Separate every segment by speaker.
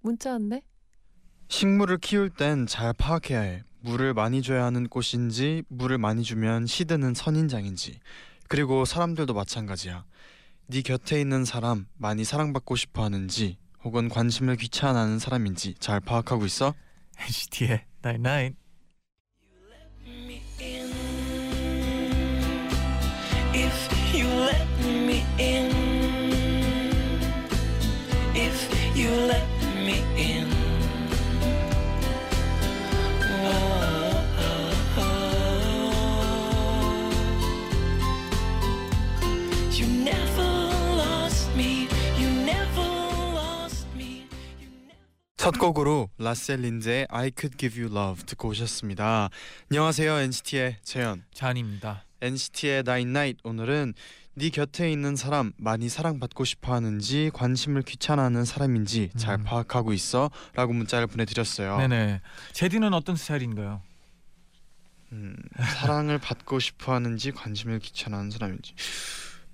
Speaker 1: 문자 왔네.
Speaker 2: 식물을 키울 땐 잘 파악해야 해. 물을 많이 줘야 하는 꽃인지 물을 많이 주면 시드는 선인장인지. 그리고 사람들도 마찬가지야. 네 곁에 있는 사람 많이 사랑받고 싶어 하는지 혹은 관심을 귀찮아하는 사람인지 잘 파악하고 있어?
Speaker 3: NCT의 Night Night.
Speaker 4: me in. If you let me in. If you let me in. Oh, oh, oh. You never lost me. You never lost me. You never
Speaker 2: 첫 곡으로 라셀 린즈의 I Could Give You Love 듣고 오셨습니다. 안녕하세요 NCT의 재현.
Speaker 3: 잔입니다.
Speaker 2: NCT의 Nine Night 오늘은 네 곁에 있는 사람 많이 사랑받고 싶어하는지 관심을 귀찮아하는 사람인지 잘
Speaker 3: 음.
Speaker 2: 파악하고 있어라고 문자를 보내드렸어요.
Speaker 3: 네네. 제디는 어떤 스타일인가요?
Speaker 2: 음, 사랑을 받고 싶어하는지 관심을 귀찮아하는 사람인지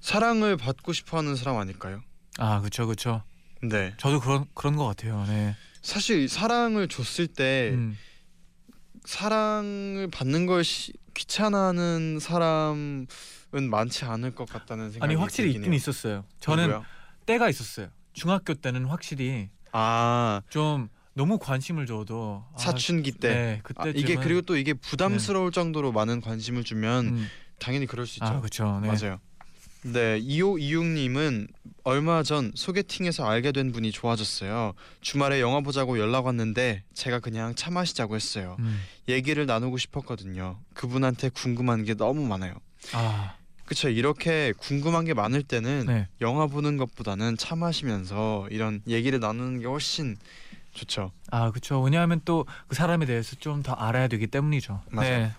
Speaker 2: 사랑을 받고 싶어하는 사람 아닐까요?
Speaker 3: 아 그렇죠 그렇죠.
Speaker 2: 네.
Speaker 3: 저도 그런 그런 것 같아요. 네.
Speaker 2: 사실 사랑을 줬을 때
Speaker 3: 음.
Speaker 2: 사랑을 받는 걸 시- 귀찮아하는 사람은 많지 않을 것 같다는 생각이
Speaker 3: 아니 확실히
Speaker 2: 들긴
Speaker 3: 있긴
Speaker 2: 해요.
Speaker 3: 있었어요. 저는
Speaker 2: 누구요?
Speaker 3: 때가 있었어요. 중학교 때는 확실히
Speaker 2: 아
Speaker 3: 좀 너무 관심을 줘도 아,
Speaker 2: 사춘기 때
Speaker 3: 네
Speaker 2: 아,
Speaker 3: 그때
Speaker 2: 이게 그리고 또 이게 부담스러울 정도로 많은 관심을 주면
Speaker 3: 네. 음.
Speaker 2: 당연히 그럴 수 있죠.
Speaker 3: 아 그렇죠. 네.
Speaker 2: 맞아요. 네, 2526님은 얼마 전 소개팅에서 알게 된 분이 좋아졌어요. 주말에 영화 보자고 연락 왔는데 제가 그냥 차 마시자고 했어요.
Speaker 3: 음.
Speaker 2: 얘기를 나누고 싶었거든요. 그분한테 궁금한 게 너무 많아요.
Speaker 3: 아
Speaker 2: 그쵸 이렇게 궁금한 게 많을 때는
Speaker 3: 네.
Speaker 2: 영화 보는 것보다는 차 마시면서 이런 얘기를 나누는 게 훨씬 좋죠.
Speaker 3: 아 그렇죠. 왜냐하면 또 그 사람에 대해서 좀 더 알아야 되기 때문이죠.
Speaker 2: 맞아요.
Speaker 3: 네.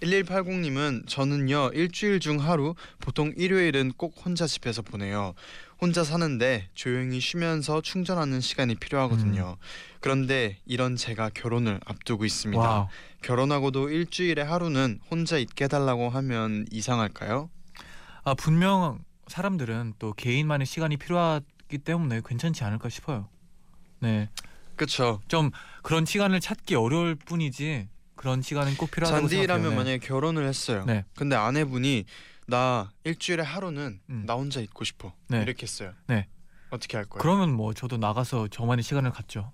Speaker 2: 1180님은 저는요 일주일 중 하루 보통 일요일은 꼭 혼자 집에서 보내요. 혼자 사는데 조용히 쉬면서 충전하는 시간이 필요하거든요.
Speaker 3: 음.
Speaker 2: 그런데 이런 제가 결혼을 앞두고 있습니다.
Speaker 3: 와우.
Speaker 2: 결혼하고도 일주일에 하루는 혼자 있게 해달라고 하면 이상할까요?
Speaker 3: 아 분명 사람들은 또 개인만의 시간이 필요하기 때문에 괜찮지 않을까 싶어요. 네.
Speaker 2: 그쵸.
Speaker 3: 좀 그런 시간을 찾기 어려울 뿐이지 그런 시간은 꼭 필요하다고
Speaker 2: 잔디라면
Speaker 3: 생각해요. 네.
Speaker 2: 만약에 결혼을 했어요.
Speaker 3: 네.
Speaker 2: 근데 아내분이 나 일주일에 하루는
Speaker 3: 음.
Speaker 2: 나 혼자 있고 싶어
Speaker 3: 네.
Speaker 2: 이렇게 했어요.
Speaker 3: 네.
Speaker 2: 어떻게 할 거예요?
Speaker 3: 그러면 뭐 저도 나가서 저만의 시간을 갖죠.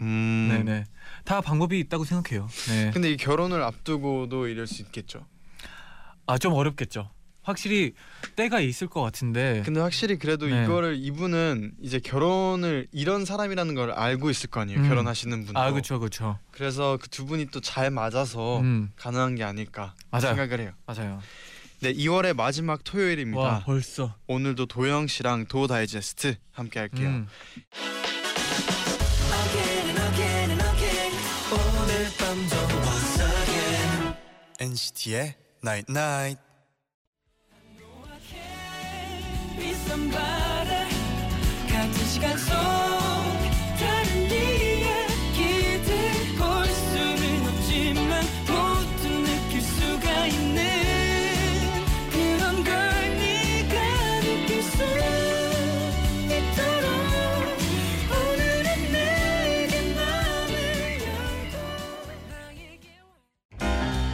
Speaker 2: 음.
Speaker 3: 네네. 다 방법이 있다고 생각해요. 네.
Speaker 2: 근데 이 결혼을 앞두고도 이럴 수 있겠죠.
Speaker 3: 아 좀 어렵겠죠. 확실히 때가 있을 것 같은데.
Speaker 2: 근데 확실히 그래도
Speaker 3: 네.
Speaker 2: 이거를 이분은 이제 결혼을 이런 사람이라는 걸 알고 있을 거 아니에요.
Speaker 3: 음.
Speaker 2: 결혼하시는 분도.
Speaker 3: 아 그렇죠 그렇죠.
Speaker 2: 그래서 그 두 분이 또 잘 맞아서
Speaker 3: 음
Speaker 2: 가능한 게 아닐까
Speaker 3: 맞아요.
Speaker 2: 생각을 해요.
Speaker 3: 맞아요.
Speaker 2: 네, 2월의 마지막 토요일입니다.
Speaker 3: 와 벌써.
Speaker 2: 오늘도 도영 씨랑 도 다이제스트 함께 할게요.
Speaker 3: 음.
Speaker 4: again and again and again 오늘 밤도 once again
Speaker 2: NCT의 Night
Speaker 4: I
Speaker 2: Night.
Speaker 4: can't be somebody 같은 시간 속 다른 이야기들 볼 수는 없지만 모두 느낄 수가 있는 그런 걸 네가 느낄 수 있도록 오늘은 내게 마음을 열고 나에게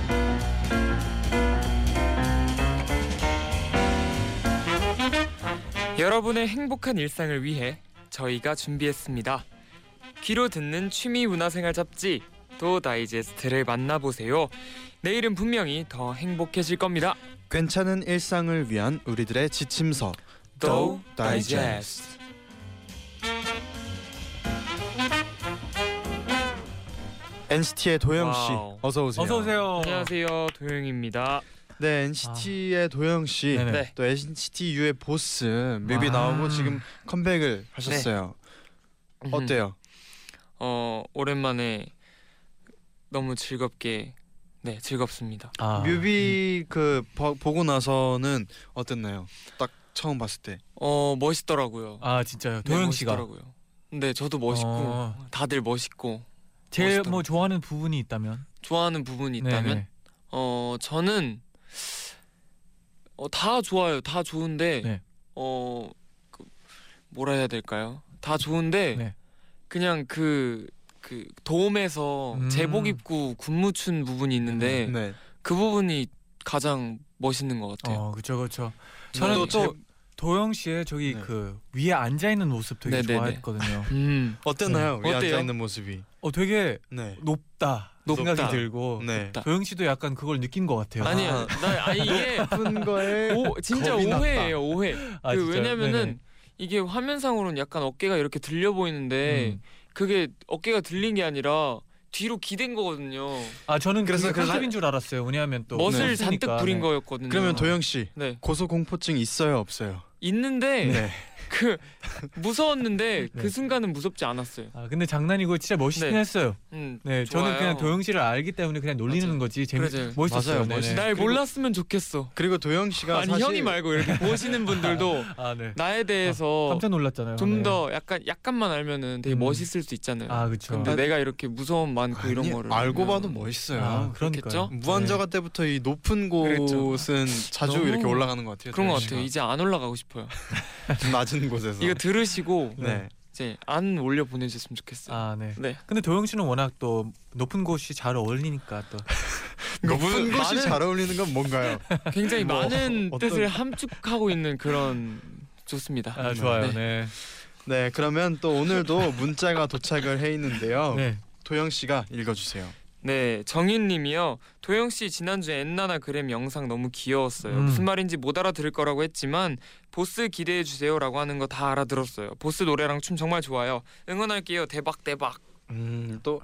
Speaker 5: 여러분의 행복한 일상을 위해 저희가 준비했습니다. 귀로 듣는 취미 문화생활 잡지 도 다이제스트를 만나보세요. 내일은 분명히 더 행복해질 겁니다.
Speaker 2: 괜찮은 일상을 위한 우리들의 지침서.
Speaker 5: 도
Speaker 2: 다이제스트.
Speaker 5: 다이제스트.
Speaker 2: NCT의 도영 씨,
Speaker 5: 와우.
Speaker 2: 어서 오세요.
Speaker 3: 어서 오세요.
Speaker 5: 안녕하세요, 도영입니다.
Speaker 2: 네, NCT의 도영 씨,
Speaker 3: 네네.
Speaker 5: 네.
Speaker 2: 또 NCT U의 보스 뭐 네.
Speaker 3: 아.
Speaker 2: 뮤비
Speaker 5: 음,
Speaker 4: 음.
Speaker 2: 나오고 지금 컴백을 하셨어요. 어때요?
Speaker 4: 어 오랜만에 너무 즐겁게 네 즐겁습니다.
Speaker 3: 아,
Speaker 2: 뮤비 그 봐- 보고 나서는 어땠나요? 딱 처음 봤을 때.
Speaker 4: 어 멋있더라고요.
Speaker 3: 아 진짜요. 도영 씨가
Speaker 4: 네, 멋있더라고요. 네 저도 멋있고
Speaker 3: 어.
Speaker 4: 다들 멋있고
Speaker 3: 제일
Speaker 4: 멋있더라고요.
Speaker 3: 뭐 좋아하는 부분이 있다면
Speaker 4: 좋아하는 부분이 있다면
Speaker 3: 네네.
Speaker 4: 어 저는 어, 다 좋아요. 다 좋은데
Speaker 3: 네.
Speaker 4: 어 그, 뭐라 해야 될까요? 다 좋은데
Speaker 3: 네.
Speaker 4: 그냥 그. 그 도움에서
Speaker 3: 음.
Speaker 4: 제복 입고 군무 춘 부분이 있는데
Speaker 2: 네.
Speaker 4: 그 부분이 가장 멋있는 것 같아요. 음.
Speaker 3: 어 그쵸 그쵸.
Speaker 4: 저는
Speaker 3: 저는 또 도영 씨의 저기
Speaker 2: 네.
Speaker 3: 그 위에 앉아 있는 모습 되게
Speaker 4: 네네네.
Speaker 3: 좋아했거든요.
Speaker 4: 음,
Speaker 2: 어땠나요?
Speaker 4: 네.
Speaker 2: 우리
Speaker 4: 어때요?
Speaker 2: 앉아 있는 모습이.
Speaker 3: 어 되게
Speaker 2: 네.
Speaker 3: 높다,
Speaker 4: 높다.
Speaker 3: 생각이 들고
Speaker 4: 어,
Speaker 2: 네.
Speaker 4: 나-
Speaker 3: 도영 씨도 약간 그걸 느낀 것 같아요.
Speaker 4: 아니 나 아니 이게
Speaker 2: 높은 거에
Speaker 4: 오, 진짜
Speaker 2: 겁이 났다.
Speaker 4: 오해예요 오해.
Speaker 3: 아,
Speaker 4: 그
Speaker 3: 진짜요?
Speaker 4: 왜냐면은
Speaker 3: 네네.
Speaker 4: 이게 화면상으로는 약간 어깨가 이렇게 들려 보이는데
Speaker 3: 음.
Speaker 4: 그게 어깨가 들린 게 아니라 뒤로 기댄 거거든요.
Speaker 3: 아 저는
Speaker 2: 그래서
Speaker 3: 그래서
Speaker 2: 그래서-
Speaker 3: 컨셉인 줄 알았어요. 왜냐하면 또
Speaker 4: 멋을
Speaker 3: 네.
Speaker 4: 잔뜩
Speaker 3: 했으니까.
Speaker 4: 부린
Speaker 3: 네.
Speaker 4: 거였거든요.
Speaker 2: 그러면 도영 씨
Speaker 4: 네
Speaker 2: 고소공포증 있어요 없어요? 네.
Speaker 4: 있는데 그 무서웠는데
Speaker 3: 네.
Speaker 4: 그 순간은 무섭지 않았어요.
Speaker 3: 아 근데 장난이고 진짜 멋있긴
Speaker 4: 네.
Speaker 3: 했어요.
Speaker 4: 음,
Speaker 3: 네
Speaker 4: 좋아요.
Speaker 3: 저는 그냥 도영 씨를 알기 때문에 그냥 놀리는
Speaker 4: 맞아요.
Speaker 3: 거지 재미
Speaker 4: 그래요.
Speaker 3: 멋있었어요.
Speaker 2: 맞아요,
Speaker 3: 네네.
Speaker 2: 멋있-
Speaker 4: 날
Speaker 2: 그리고-
Speaker 4: 몰랐으면 좋겠어.
Speaker 2: 그리고 도영 씨가
Speaker 4: 아니
Speaker 2: 사실
Speaker 4: 형이 말고 이렇게 보시는 분들도
Speaker 3: 아 네.
Speaker 4: 나에 대해서
Speaker 3: 깜짝 놀랐잖아요.
Speaker 4: 좀
Speaker 3: 네.
Speaker 4: 더 약간 약간만 알면은 되게
Speaker 3: 음.
Speaker 4: 멋있을 수 있잖아요.
Speaker 3: 아 그렇죠.
Speaker 4: 근데 내가 이렇게 무서움 많고
Speaker 2: 아니,
Speaker 4: 뭐 이런 거를
Speaker 2: 알고
Speaker 4: 보면
Speaker 2: 봐도 멋있어요.
Speaker 3: 아,
Speaker 4: 그렇겠죠?
Speaker 3: 그러니까요.
Speaker 2: 무한저가 때부터 이 높은
Speaker 4: 그랬죠.
Speaker 2: 곳은 자주
Speaker 4: 너무
Speaker 2: 이렇게 올라가는 것 같아요.
Speaker 4: 그런 것
Speaker 2: 도영
Speaker 4: 같아요.
Speaker 2: 씨가.
Speaker 4: 이제 안 올라가고 싶어요.
Speaker 2: 낮은 곳에서.
Speaker 4: 이거 들으시고
Speaker 2: 네.
Speaker 4: 이제 안 올려 보내주셨으면 좋겠어요.
Speaker 3: 아 네.
Speaker 4: 네.
Speaker 3: 근데 도영 씨는 워낙 또 높은 곳이 잘 어울리니까 또
Speaker 2: 높은
Speaker 4: 무슨-
Speaker 2: 그러니까 곳이
Speaker 4: 많은-
Speaker 2: 잘 어울리는 건 뭔가요?
Speaker 4: 굉장히
Speaker 2: 뭐,
Speaker 4: 많은
Speaker 2: 어떤-
Speaker 4: 뜻을 함축하고 있는 그런 좋습니다.
Speaker 3: 아, 좋아요. 네.
Speaker 2: 네, 그러면 또 오늘도 문자가 도착을 해 있는데요.
Speaker 3: 네.
Speaker 2: 도영 씨가 읽어주세요.
Speaker 4: 네, 정인님이요. 도영 씨 지난주 엔나나 그램 영상 너무 귀여웠어요.
Speaker 3: 음.
Speaker 4: 무슨 말인지 못 알아들을 거라고 했지만 보스 기대해 주세요라고 하는 거 다 알아들었어요. 보스 노래랑 춤 정말 좋아요. 응원할게요. 대박 대박.
Speaker 2: 음, 또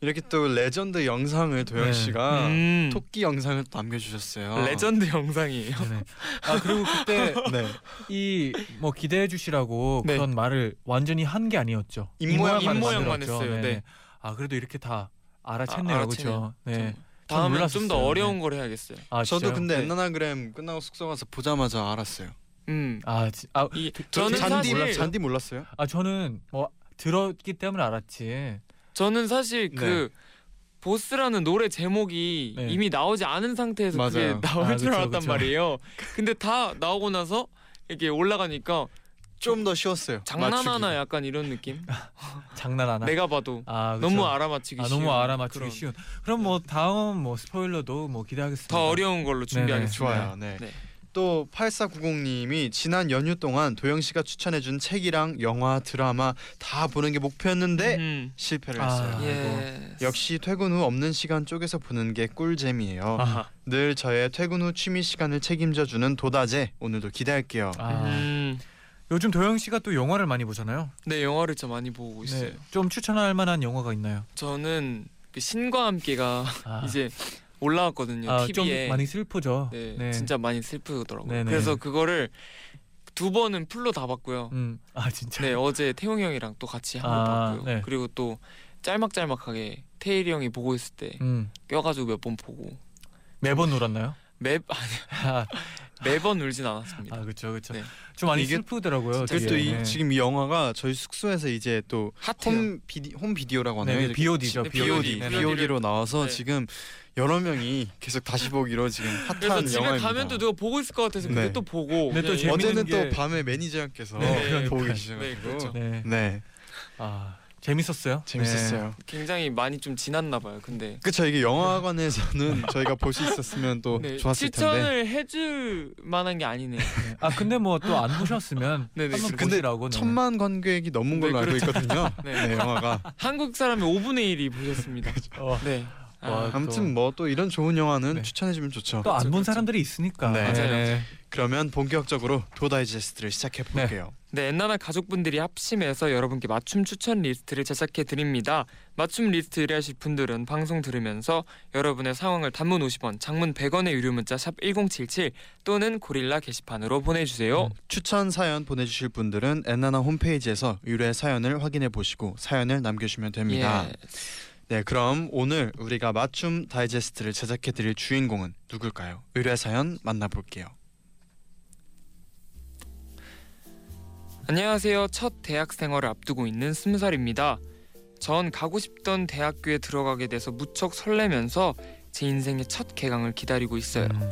Speaker 2: 이렇게 또 레전드 영상을 도영
Speaker 3: 네.
Speaker 2: 씨가
Speaker 4: 음, 아.
Speaker 2: 토끼 영상을 또 남겨주셨어요.
Speaker 4: 레전드 영상이에요.
Speaker 3: 네네. 아 그리고 그때
Speaker 2: 네.
Speaker 3: 이 뭐 기대해 주시라고
Speaker 4: 네.
Speaker 3: 그런 말을 완전히 한 게 아니었죠.
Speaker 2: 입모양만
Speaker 4: 입모양만
Speaker 3: 만들었죠.
Speaker 4: 했어요. 네.
Speaker 3: 아 그래도 이렇게 다
Speaker 4: 아,
Speaker 3: 알아챘네요.
Speaker 4: 알아챘네요.
Speaker 3: 그렇죠. 네.
Speaker 4: 다음엔 좀
Speaker 3: 몰랐었어요.
Speaker 4: 더 어려운 걸 해야겠어요.
Speaker 3: 아
Speaker 2: 저도
Speaker 3: 진짜요?
Speaker 2: 근데
Speaker 4: 네.
Speaker 2: 엔나나그램 끝나고 숙소 가서 보자마자 알았어요.
Speaker 4: 음.
Speaker 3: 아, 지, 아,
Speaker 4: 이
Speaker 2: 저-
Speaker 4: 저는
Speaker 2: 잔디
Speaker 4: 사실
Speaker 2: 몰랐, 잔디 몰랐어요?
Speaker 3: 아 저는 뭐 들었기 때문에 알았지.
Speaker 4: 저는 사실
Speaker 2: 네.
Speaker 4: 그 보스라는 노래 제목이
Speaker 3: 네.
Speaker 4: 이미 나오지 않은 상태에서
Speaker 2: 맞아요.
Speaker 4: 그게 나올
Speaker 3: 아,
Speaker 4: 줄
Speaker 3: 그쵸,
Speaker 4: 알았단
Speaker 3: 그쵸.
Speaker 4: 말이에요. 근데 다 나오고 나서 이렇게 올라가니까
Speaker 2: 좀 더 쉬웠어요.
Speaker 4: 장난하나
Speaker 2: 맞추기가.
Speaker 4: 약간 이런 느낌.
Speaker 3: 장난 안 하.
Speaker 4: 내가 봐도
Speaker 3: 아 그쵸.
Speaker 4: 네. 너무 알아맞히기
Speaker 3: 아
Speaker 4: 쉬운.
Speaker 3: 너무 알아맞추기
Speaker 4: 그런
Speaker 3: 쉬운. 그럼 뭐 다음 뭐 스포일러도 뭐 기대하겠습니다.
Speaker 4: 더 어려운 걸로 준비하겠습니다.
Speaker 2: 좋아요. 네.
Speaker 4: 네.
Speaker 2: 또 8490님이 지난 연휴 동안 도영 씨가 추천해준 책이랑 영화, 드라마 다 보는 게 목표였는데
Speaker 4: 음.
Speaker 2: 실패를
Speaker 3: 아.
Speaker 2: 했어요.
Speaker 4: 예.
Speaker 2: 역시 퇴근 후 없는 시간 쪼개서 보는 게 꿀잼이에요.
Speaker 3: 아하.
Speaker 2: 늘 저의 퇴근 후 취미 시간을 책임져 주는 도다제 오늘도 기대할게요.
Speaker 3: 아,
Speaker 4: 음.
Speaker 3: 요즘 도영 씨가 또 영화를 많이 보잖아요. 네.
Speaker 4: 네 영화를 좀 많이 보고 있어요.
Speaker 3: 좀 추천할 만한 영화가 있나요?
Speaker 4: 저는 그 신과 함께가
Speaker 3: 아,
Speaker 4: 이제 올라왔거든요.
Speaker 3: 아, 좀
Speaker 4: TV에.
Speaker 3: 많이 슬프죠.
Speaker 4: 네, 진짜 많이 슬프더라고요.
Speaker 3: 네네.
Speaker 4: 그래서 그거를 두 번은 풀로 다 봤고요.
Speaker 3: 음, 아 진짜.
Speaker 4: 네, 어제 태용 형이랑 또 같이 한 번
Speaker 3: 아,
Speaker 4: 봤고요.
Speaker 3: 네.
Speaker 4: 그리고 또 짤막짤막하게 태일이 형이 보고 있을 때
Speaker 3: 음,
Speaker 4: 껴가지고 몇 번 보고
Speaker 3: 매번 울었나요?
Speaker 4: 매
Speaker 3: 아,
Speaker 4: 매번 울진 않았습니다.
Speaker 3: 그렇죠, 그렇죠.
Speaker 4: 네.
Speaker 3: 좀 많이
Speaker 2: 이게-
Speaker 3: 슬프더라고요. 네.
Speaker 2: 그리고 또
Speaker 3: 예.
Speaker 2: 이, 지금 이 영화가 저희 숙소에서 이제 또
Speaker 4: 핫해요.
Speaker 2: 홈, 비디, 홈 비디오라고 하나요?
Speaker 3: 네, 네,
Speaker 2: 이렇게
Speaker 3: BOD죠.
Speaker 4: 네,
Speaker 2: BOD,
Speaker 4: 네, 네.
Speaker 2: BOD로 나와서
Speaker 4: 네.
Speaker 2: 지금 여러 명이 계속 다시 보기로 지금 핫한
Speaker 4: 그래서 집에
Speaker 2: 영화입니다.
Speaker 4: 가면 또 누가 보고 있을 것 같아서 그게
Speaker 2: 네.
Speaker 4: 또 보고.
Speaker 3: 근데 또
Speaker 4: 예,
Speaker 3: 재밌는
Speaker 2: 어제는
Speaker 3: 게-
Speaker 2: 또 밤에 매니저 형께서
Speaker 4: 네,
Speaker 3: 그러니까요.
Speaker 2: 보고
Speaker 4: 네,
Speaker 2: 계시는
Speaker 4: 그렇죠.
Speaker 2: 거고.
Speaker 3: 네,
Speaker 2: 네,
Speaker 3: 아 재밌었어요.
Speaker 2: 재밌었어요.
Speaker 4: 네. 굉장히 많이 좀 지났나 봐요. 근데
Speaker 2: 그쵸 이게 영화관에서는 저희가 볼 수 있었으면 또
Speaker 4: 네,
Speaker 2: 어, 좋았을 텐데.
Speaker 4: 추천을 해줄 만한 게 아니네.
Speaker 3: 네. 네. 아 근데 뭐 또 안 보셨으면
Speaker 4: 네, 네.
Speaker 3: 한번
Speaker 2: 근데
Speaker 3: 보시라고. 네.
Speaker 2: 천만 관객이 넘은
Speaker 4: 네,
Speaker 2: 걸로 알고 있거든요.
Speaker 4: 네.
Speaker 2: 네, 영화가
Speaker 4: 한국 사람의 5분의 1이 보셨습니다.
Speaker 3: 어,
Speaker 4: 네. 아,
Speaker 2: 아무튼 뭐 또 이런 좋은 영화는
Speaker 3: 네.
Speaker 2: 추천해주면 좋죠.
Speaker 3: 또 안 본
Speaker 4: 그렇죠.
Speaker 3: 사람들이 있으니까.
Speaker 2: 네.
Speaker 4: 맞아요.
Speaker 2: 그러면 본격적으로 도다이제스트를 시작해 볼게요.
Speaker 4: 네, 엔나나 가족분들이 합심해서 여러분께 맞춤 추천 리스트를 제작해 드립니다. 맞춤 리스트 의뢰하실 분들은 방송 들으면서 여러분의 상황을 단문 50원, 장문 100원의 유료 문자 샵 #1077 또는 고릴라 게시판으로 보내주세요.
Speaker 3: 음.
Speaker 2: 추천 사연 보내주실 분들은 엔나나 홈페이지에서 유래 사연을 확인해 보시고 사연을 남겨주시면 됩니다.
Speaker 4: 예.
Speaker 2: 네, 그럼 오늘 우리가 맞춤 다이제스트를 제작해 드릴 주인공은 누굴까요? 의뢰 사연 만나볼게요.
Speaker 4: 안녕하세요. 첫 대학 생활을 앞두고 있는 스무 살입니다. 전 가고 싶던 대학교에 들어가게 돼서 무척 설레면서 제 인생의 첫 개강을 기다리고 있어요.
Speaker 3: 음.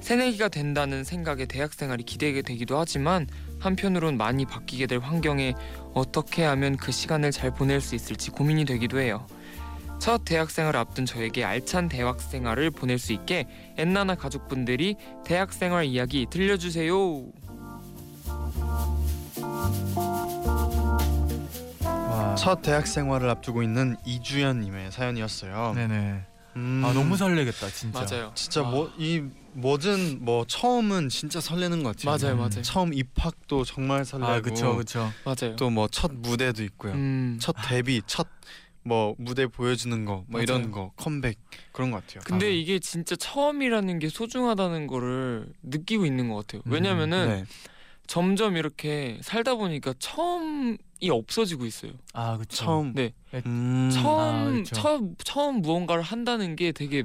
Speaker 4: 새내기가 된다는 생각에 대학 생활이 기대게 되기도 하지만 한편으론 많이 바뀌게 될 환경에 어떻게 하면 그 시간을 잘 보낼 수 있을지 고민이 되기도 해요. 첫 대학 생활을 앞둔 저에게 알찬 대학 생활을 보낼 수 있게 엔나나 가족분들이 대학 생활 이야기 들려주세요.
Speaker 3: 와.
Speaker 2: 첫 대학 생활을 앞두고 있는 이주연 님의 사연이었어요.
Speaker 3: 네네.
Speaker 2: 음,
Speaker 3: 아 너무 설레겠다 진짜.
Speaker 2: 진짜 뭐 이 뭐든 뭐 처음은 진짜 설레는 것 같아요. 네.
Speaker 4: 맞아요,
Speaker 3: 음.
Speaker 4: 맞아요.
Speaker 2: 처음 입학도 정말 설레고
Speaker 3: 아 그쵸 그쵸.
Speaker 4: 맞아요.
Speaker 2: 또 뭐 첫 무대도 있고요.
Speaker 4: 음.
Speaker 2: 첫 데뷔, 첫 뭐 무대 보여주는 거, 뭐
Speaker 4: 맞아요.
Speaker 2: 이런 거 컴백 그런 것 같아요.
Speaker 4: 근데
Speaker 3: 아.
Speaker 4: 이게 진짜 처음이라는 게 소중하다는 거를 느끼고 있는 것 같아요.
Speaker 3: 음,
Speaker 4: 왜냐면은
Speaker 2: 네.
Speaker 4: 점점 이렇게 살다 보니까 처음이 없어지고 있어요.
Speaker 3: 아 그쵸.
Speaker 2: 처음
Speaker 4: 네.
Speaker 2: 음,
Speaker 3: 아,
Speaker 4: 처음
Speaker 3: 그쵸.
Speaker 4: 처음 처음 무언가를 한다는 게 되게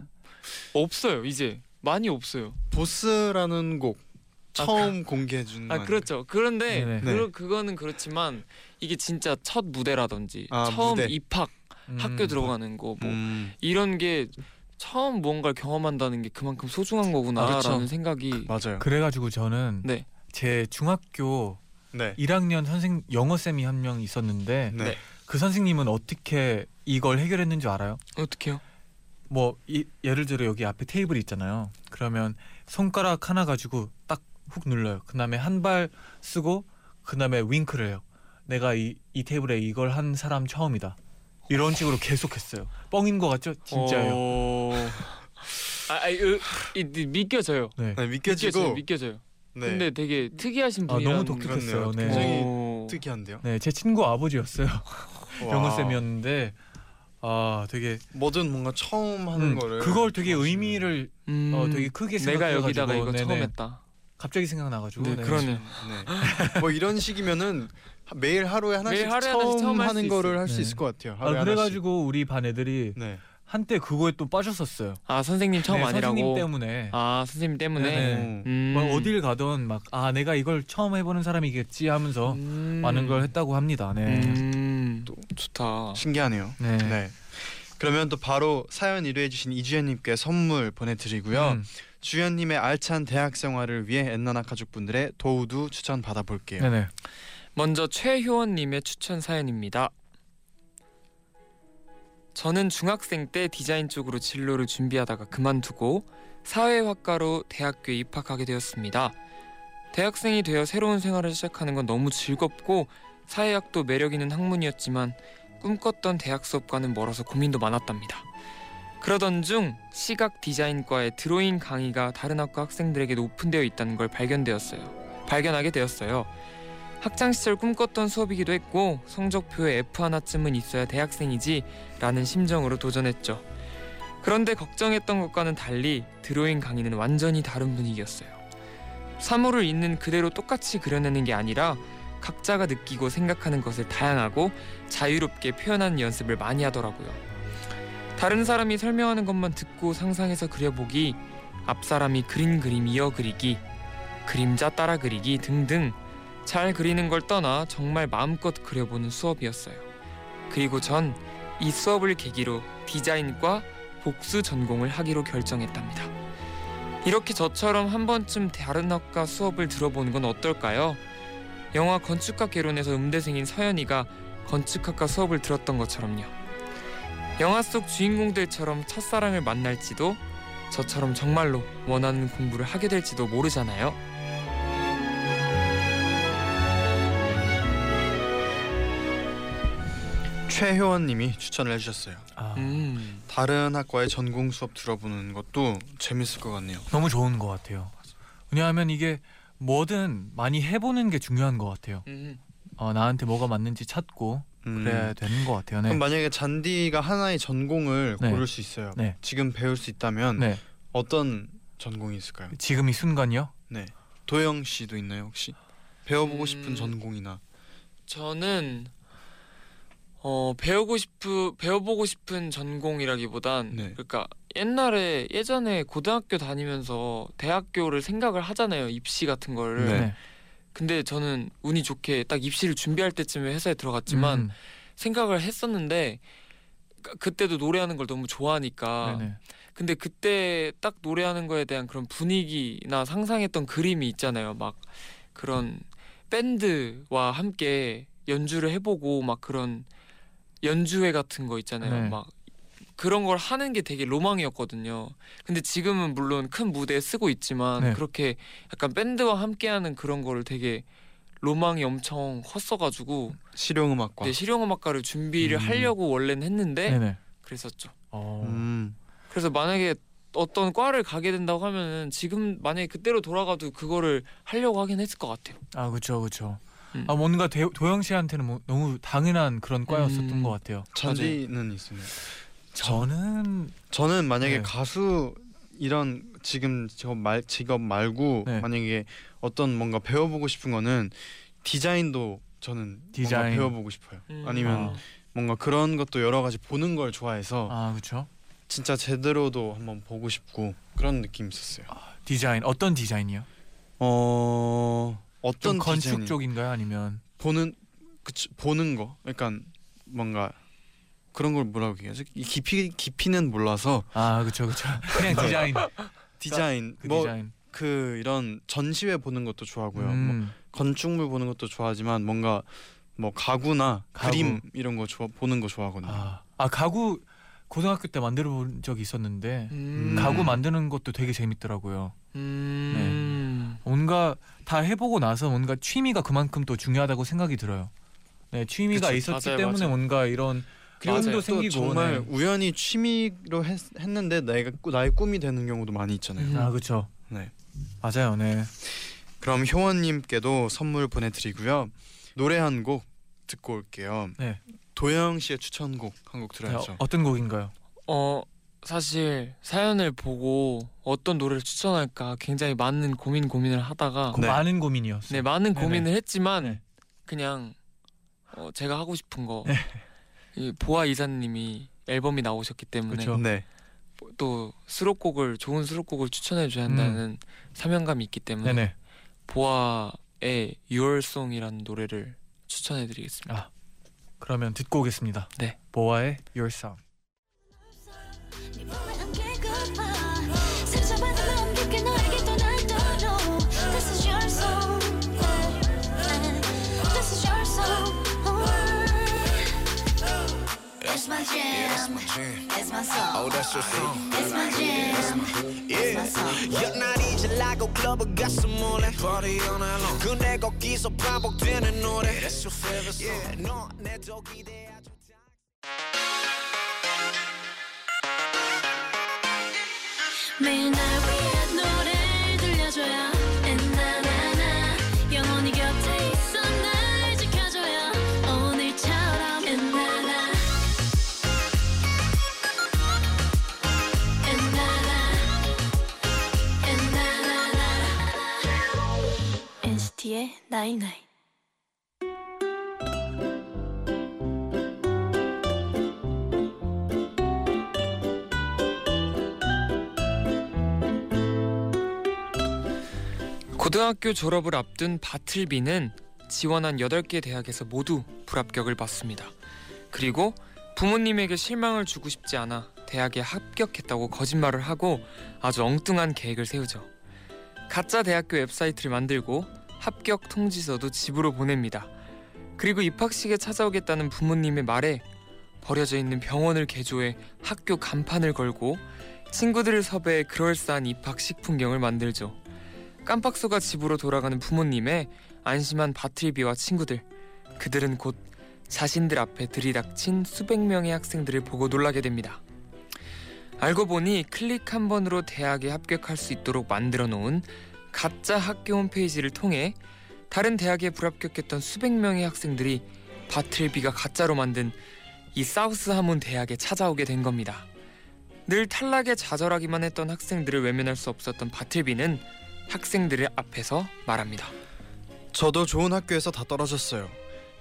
Speaker 4: 없어요. 이제 많이 없어요.
Speaker 2: 보스라는 곡 처음 공개해 주는
Speaker 4: 아 그렇죠. 그런데
Speaker 3: 네네.
Speaker 4: 그 그거는 그렇지만 이게 진짜 첫 무대라든지
Speaker 2: 아,
Speaker 4: 처음
Speaker 2: 무대.
Speaker 4: 입학
Speaker 3: 음.
Speaker 4: 학교 들어가는 거 뭐
Speaker 2: 음,
Speaker 4: 이런 게 처음 무언가를 경험한다는 게 그만큼 소중한
Speaker 2: 아,
Speaker 4: 거구나라는
Speaker 2: 그쵸.
Speaker 4: 생각이
Speaker 2: 맞아요.
Speaker 3: 그래가지고 저는
Speaker 4: 네.
Speaker 3: 제 중학교
Speaker 2: 네.
Speaker 3: 1학년 선생 영어 쌤이 한 명 있었는데
Speaker 2: 네.
Speaker 3: 그 선생님은 어떻게 이걸 해결했는 줄 알아요?
Speaker 4: 어떻게요?
Speaker 3: 뭐 이, 예를 들어 여기 앞에 테이블이 있잖아요. 그러면 손가락 하나 가지고 딱 훅 눌러요. 그다음에 한 발 쓰고 그다음에 윙크를 해요. 내가 이, 이 테이블에 이걸 한 사람 처음이다. 이런 식으로 계속했어요. 뻥인 것 같죠? 진짜요.
Speaker 4: 어... 아, 아 으, 이, 이, 믿겨져요.
Speaker 3: 네.
Speaker 2: 네,
Speaker 4: 믿겨져요.
Speaker 2: 믿겨지고
Speaker 4: 믿겨져요.
Speaker 2: 네.
Speaker 4: 근데 되게 특이하신
Speaker 3: 아,
Speaker 4: 분이라는
Speaker 3: 너무
Speaker 4: 거.
Speaker 3: 독특했어요.
Speaker 2: 그렇네요.
Speaker 3: 네.
Speaker 2: 굉장히
Speaker 4: 오.
Speaker 2: 특이한데요.
Speaker 3: 네, 제 친구 아버지였어요. 영어
Speaker 2: 와.
Speaker 3: 쌤이었는데 아 되게
Speaker 2: 뭐든 뭔가 처음 하는
Speaker 3: 음,
Speaker 2: 거를
Speaker 3: 그걸 되게
Speaker 2: 좋아하시는-
Speaker 3: 의미를
Speaker 4: 음,
Speaker 3: 어, 되게 크게
Speaker 4: 내가
Speaker 3: 생각해가지고
Speaker 4: 여기다가 이거
Speaker 3: 네네.
Speaker 4: 처음 했다.
Speaker 3: 갑자기 생각나가지고
Speaker 4: 네, 그러네.
Speaker 2: 네. 뭐 이런 식이면은 하- 매일 하루에 하나씩
Speaker 4: 매일 하루에
Speaker 2: 처음,
Speaker 4: 하나씩 처음 할수
Speaker 2: 하는 거를 할 수
Speaker 3: 네.
Speaker 2: 있을 것 같아요.
Speaker 3: 아
Speaker 2: 하루에
Speaker 3: 그래가지고 우리 반 애들이
Speaker 2: 하나씩. 네.
Speaker 3: 한때 그거에 또 빠졌었어요.
Speaker 4: 아 선생님 처음
Speaker 3: 네,
Speaker 4: 아니라고.
Speaker 3: 선생님 때문에
Speaker 4: 아 선생님 때문에.
Speaker 3: 네.
Speaker 2: 오.
Speaker 4: 음.
Speaker 3: 막 어딜 가던 막 아 내가 이걸 처음 해보는 사람이겠지 하면서
Speaker 4: 음.
Speaker 3: 많은 걸 했다고 합니다. 네.
Speaker 4: 음. 또 좋다.
Speaker 2: 신기하네요.
Speaker 3: 네.
Speaker 2: 네. 그러면 또 바로 사연 의뢰해주신 이주연님께 선물 보내드리고요.
Speaker 3: 음,
Speaker 2: 주연님의 알찬 대학 생활을 위해 엔나나 가족분들의 도우두 추천 받아볼게요.
Speaker 3: 네네.
Speaker 4: 먼저 최효원님의 추천 사연입니다. 저는 중학생 때 디자인 쪽으로 진로를 준비하다가 그만두고 사회학과로 대학교에 입학하게 되었습니다. 대학생이 되어 새로운 생활을 시작하는 건 너무 즐겁고 사회학도 매력 있는 학문이었지만 꿈꿨던 대학 수업과는 멀어서 고민도 많았답니다. 그러던 중 시각 디자인과의 드로잉 강의가 다른 학과 학생들에게도 오픈되어 있다는 걸 발견되었어요. 발견하게 되었어요. 학창 시절 꿈꿨던 수업이기도 했고 성적표에 F 하나쯤은 있어야 대학생이지라는 심정으로 도전했죠. 그런데 걱정했던 것과는 달리 드로잉 강의는 완전히 다른 분위기였어요. 사물을 있는 그대로 똑같이 그려내는 게 아니라 각자가 느끼고 생각하는 것을 다양하고 자유롭게 표현하는 연습을 많이 하더라고요. 다른 사람이 설명하는 것만 듣고 상상해서 그려보기, 앞 사람이 그린 그림 이어 그리기, 그림자 따라 그리기 등등 잘 그리는 걸 떠나 정말 마음껏 그려보는 수업이었어요. 그리고 전 이 수업을 계기로 디자인과 복수 전공을 하기로 결정했답니다. 이렇게 저처럼 한 번쯤 다른 학과 수업을 들어보는 건 어떨까요? 영화 건축학 개론에서 음대생인 서연이가 건축학과 수업을 들었던 것처럼요. 영화 속 주인공들처럼 첫사랑을 만날지도 저처럼 정말로 원하는 공부를 하게 될지도 모르잖아요.
Speaker 3: 네.
Speaker 2: 최효원님이 추천을 해주셨어요.
Speaker 3: 아,
Speaker 4: 음.
Speaker 2: 다른 학과의 전공 수업 들어보는 것도 재밌을 것 같네요.
Speaker 3: 너무 좋은 것 같아요. 왜냐하면 이게 뭐든 많이 해보는 게 중요한 것 같아요.
Speaker 4: 음.
Speaker 3: 어, 나한테 뭐가 맞는지 찾고
Speaker 2: 음.
Speaker 3: 그래야 되는 것 같아요. 네.
Speaker 2: 그럼 만약에 잔디가 하나의 전공을
Speaker 3: 네.
Speaker 2: 고를 수 있어요.
Speaker 3: 네.
Speaker 2: 지금 배울 수 있다면
Speaker 3: 네.
Speaker 2: 어떤 전공이 있을까요?
Speaker 3: 지금 이 순간이요?
Speaker 2: 네. 도영 씨도 있나요 혹시? 배워보고 싶은
Speaker 4: 음.
Speaker 2: 전공이나
Speaker 4: 저는 어 배우고 싶으 배워보고 싶은 전공이라기보단
Speaker 2: 네.
Speaker 4: 그러니까 옛날에 예전에 고등학교 다니면서 대학교를 생각을 하잖아요 입시 같은 거를
Speaker 2: 네.
Speaker 4: 근데 저는 운이 좋게 딱 입시를 준비할 때쯤에 회사에 들어갔지만
Speaker 3: 음,
Speaker 4: 생각을 했었는데 그- 그때도 노래하는 걸 너무 좋아하니까
Speaker 3: 네네.
Speaker 4: 근데 그때 딱 노래하는 거에 대한 그런 분위기나 상상했던 그림이 있잖아요. 막 그런 밴드와 함께 연주를 해보고 막 그런 연주회 같은 거 있잖아요.
Speaker 3: 네.
Speaker 4: 막 그런 걸 하는 게 되게 로망이었거든요. 근데 지금은 물론 큰 무대에 쓰고 있지만
Speaker 3: 네.
Speaker 4: 그렇게 약간 밴드와 함께하는 그런 거를 되게 로망이 엄청 컸어가지고
Speaker 2: 실용음악과.
Speaker 4: 네, 실용음악과를 준비를
Speaker 2: 음.
Speaker 4: 하려고 원래는 했는데
Speaker 3: 네네.
Speaker 4: 그랬었죠.
Speaker 3: 어,
Speaker 2: 음.
Speaker 4: 그래서 만약에 어떤 과를 가게 된다고 하면은 지금 만약에 그때로 돌아가도 그거를 하려고 하긴 했을 것 같아요.
Speaker 3: 아 그렇죠, 그렇죠.
Speaker 4: 음.
Speaker 3: 아 뭔가 대, 도영 씨한테는 뭐, 너무 당연한 그런 과였었던
Speaker 4: 음.
Speaker 3: 것 같아요.
Speaker 2: 잔디는 있으면
Speaker 3: 저는
Speaker 2: 저는 만약에
Speaker 3: 네.
Speaker 2: 가수 이런 지금 직업 말 직업 말고
Speaker 3: 네.
Speaker 2: 만약에 어떤 뭔가 배워보고 싶은 거는 디자인도 저는
Speaker 3: 디자인.
Speaker 2: 뭔가 배워보고 싶어요.
Speaker 4: 음.
Speaker 2: 아니면
Speaker 3: 아.
Speaker 2: 뭔가 그런 것도 여러 가지 보는 걸 좋아해서
Speaker 3: 아 그렇죠.
Speaker 2: 진짜 제대로도 한번 보고 싶고 그런 느낌 있었어요.
Speaker 3: 아. 디자인 어떤 디자인이요?
Speaker 2: 어
Speaker 3: 좀
Speaker 2: 어떤
Speaker 3: 건축
Speaker 2: 디자인
Speaker 3: 쪽인가요, 아니면
Speaker 2: 보는 그치, 보는 거 약간 뭔가 그런 걸 뭐라고 얘기하지? 이 깊이 깊이는 몰라서
Speaker 3: 아 그렇죠, 그렇죠. 그냥 디자인
Speaker 2: 디자인
Speaker 3: 그
Speaker 2: 뭐
Speaker 3: 디자인.
Speaker 2: 그 이런 전시회 보는 것도 좋아하고요. 뭐
Speaker 3: 음,
Speaker 2: 건축물 보는 것도 좋아하지만 뭔가 뭐 가구나
Speaker 3: 가구.
Speaker 2: 그림 이런 거 좋아, 보는 거 좋아하거든요.
Speaker 3: 아, 아 가구 고등학교 때 만들어 본 적이 있었는데
Speaker 4: 음.
Speaker 3: 가구 만드는 것도 되게 재밌더라고요. 네.
Speaker 4: 음.
Speaker 3: 뭔가 다 해보고 나서 뭔가 취미가 그만큼 또 중요하다고 생각이 들어요. 네, 취미가
Speaker 2: 그쵸,
Speaker 3: 있었기
Speaker 4: 맞아요,
Speaker 3: 때문에
Speaker 4: 맞아요.
Speaker 3: 뭔가 이런
Speaker 2: 그리고
Speaker 4: 맞아요.
Speaker 2: 또
Speaker 3: 꿈도 생기고
Speaker 2: 정말
Speaker 3: 네.
Speaker 2: 우연히 취미로 했, 는데 내가 꾸- 나의 꿈이 되는 경우도 많이 있잖아요.
Speaker 4: 음.
Speaker 3: 아 그렇죠.
Speaker 2: 네.
Speaker 3: 맞아요, 네.
Speaker 2: 그럼 효원님께도 선물 보내드리고요. 노래 한 곡 듣고 올게요.
Speaker 3: 네.
Speaker 2: 도영 씨의 추천곡 한 곡
Speaker 3: 자,
Speaker 4: 그렇죠.
Speaker 2: 들어야죠.
Speaker 3: 어떤 곡인가요?
Speaker 4: 어 사실 사연을 보고 어떤 노래를 추천할까 굉장히 많은 고민 고민을 하다가
Speaker 3: 고-
Speaker 2: 네.
Speaker 3: 아, 많은 고민이었어요.
Speaker 4: 네 많은
Speaker 3: 네네.
Speaker 4: 고민을 했지만
Speaker 3: 네.
Speaker 4: 그냥 어, 제가 하고 싶은 거 이 보아 이사님이 앨범이 나오셨기 때문에
Speaker 3: 그쵸.
Speaker 2: 네.
Speaker 4: 또 수록곡을 좋은 수록곡을 추천해 줘야 한다는 사명감이 있기 때문에
Speaker 3: 음. 네네.
Speaker 4: 보아의 유월송이라는 노래를 추천해드리겠습니다.
Speaker 3: 아. 그러면 듣고 오겠습니다.
Speaker 4: 네.
Speaker 3: 보아의 Your Song.
Speaker 5: 네 봄에 안길까봐 상처받은 마음 깊게 너에게 떠나도록 This is your song This is your song It's my jam It's my song It's my jam It's my song
Speaker 6: 옛날이 지나고 클럽을 갔어 몰래 Party all night long 근데 거기서 반복되는 노래 That's your favorite song 너내 적이 돼 아주
Speaker 5: 매일 날 위한 노래를 들려줘요 엔나나나 영원히 곁에 있어 날 지켜줘요 오늘처럼 엔나나 엔나나 엔나나나 NCT의 나잇나잇
Speaker 4: 고등학교 졸업을 앞둔 바틀비는 지원한 8개 대학에서 모두 불합격을 받습니다. 그리고 부모님에게 실망을 주고 싶지 않아 대학에 합격했다고 거짓말을 하고 아주 엉뚱한 계획을 세우죠. 가짜 대학교 웹사이트를 만들고 합격 통지서도 집으로 보냅니다. 그리고 입학식에 찾아오겠다는 부모님의 말에 버려져 있는 병원을 개조해 학교 간판을 걸고 친구들을 섭외해 그럴싸한 입학식 풍경을 만들죠. 깜빡 속아 집으로 돌아가는 부모님의 안심한 바틀비와 친구들 그들은 곧 자신들 앞에 들이닥친 수백 명의 학생들을 보고 놀라게 됩니다. 알고 보니 클릭 한 번으로 대학에 합격할 수 있도록 만들어 놓은 가짜 학교 홈페이지를 통해 다른 대학에 불합격했던 수백 명의 학생들이 바틀비가 가짜로 만든 이 사우스 하몬 대학에 찾아오게 된 겁니다. 늘 탈락에 좌절하기만 했던 학생들을 외면할 수 없었던 바틀비는 학생들의 앞에서 말합니다.
Speaker 2: 저도 좋은 학교에서 다 떨어졌어요.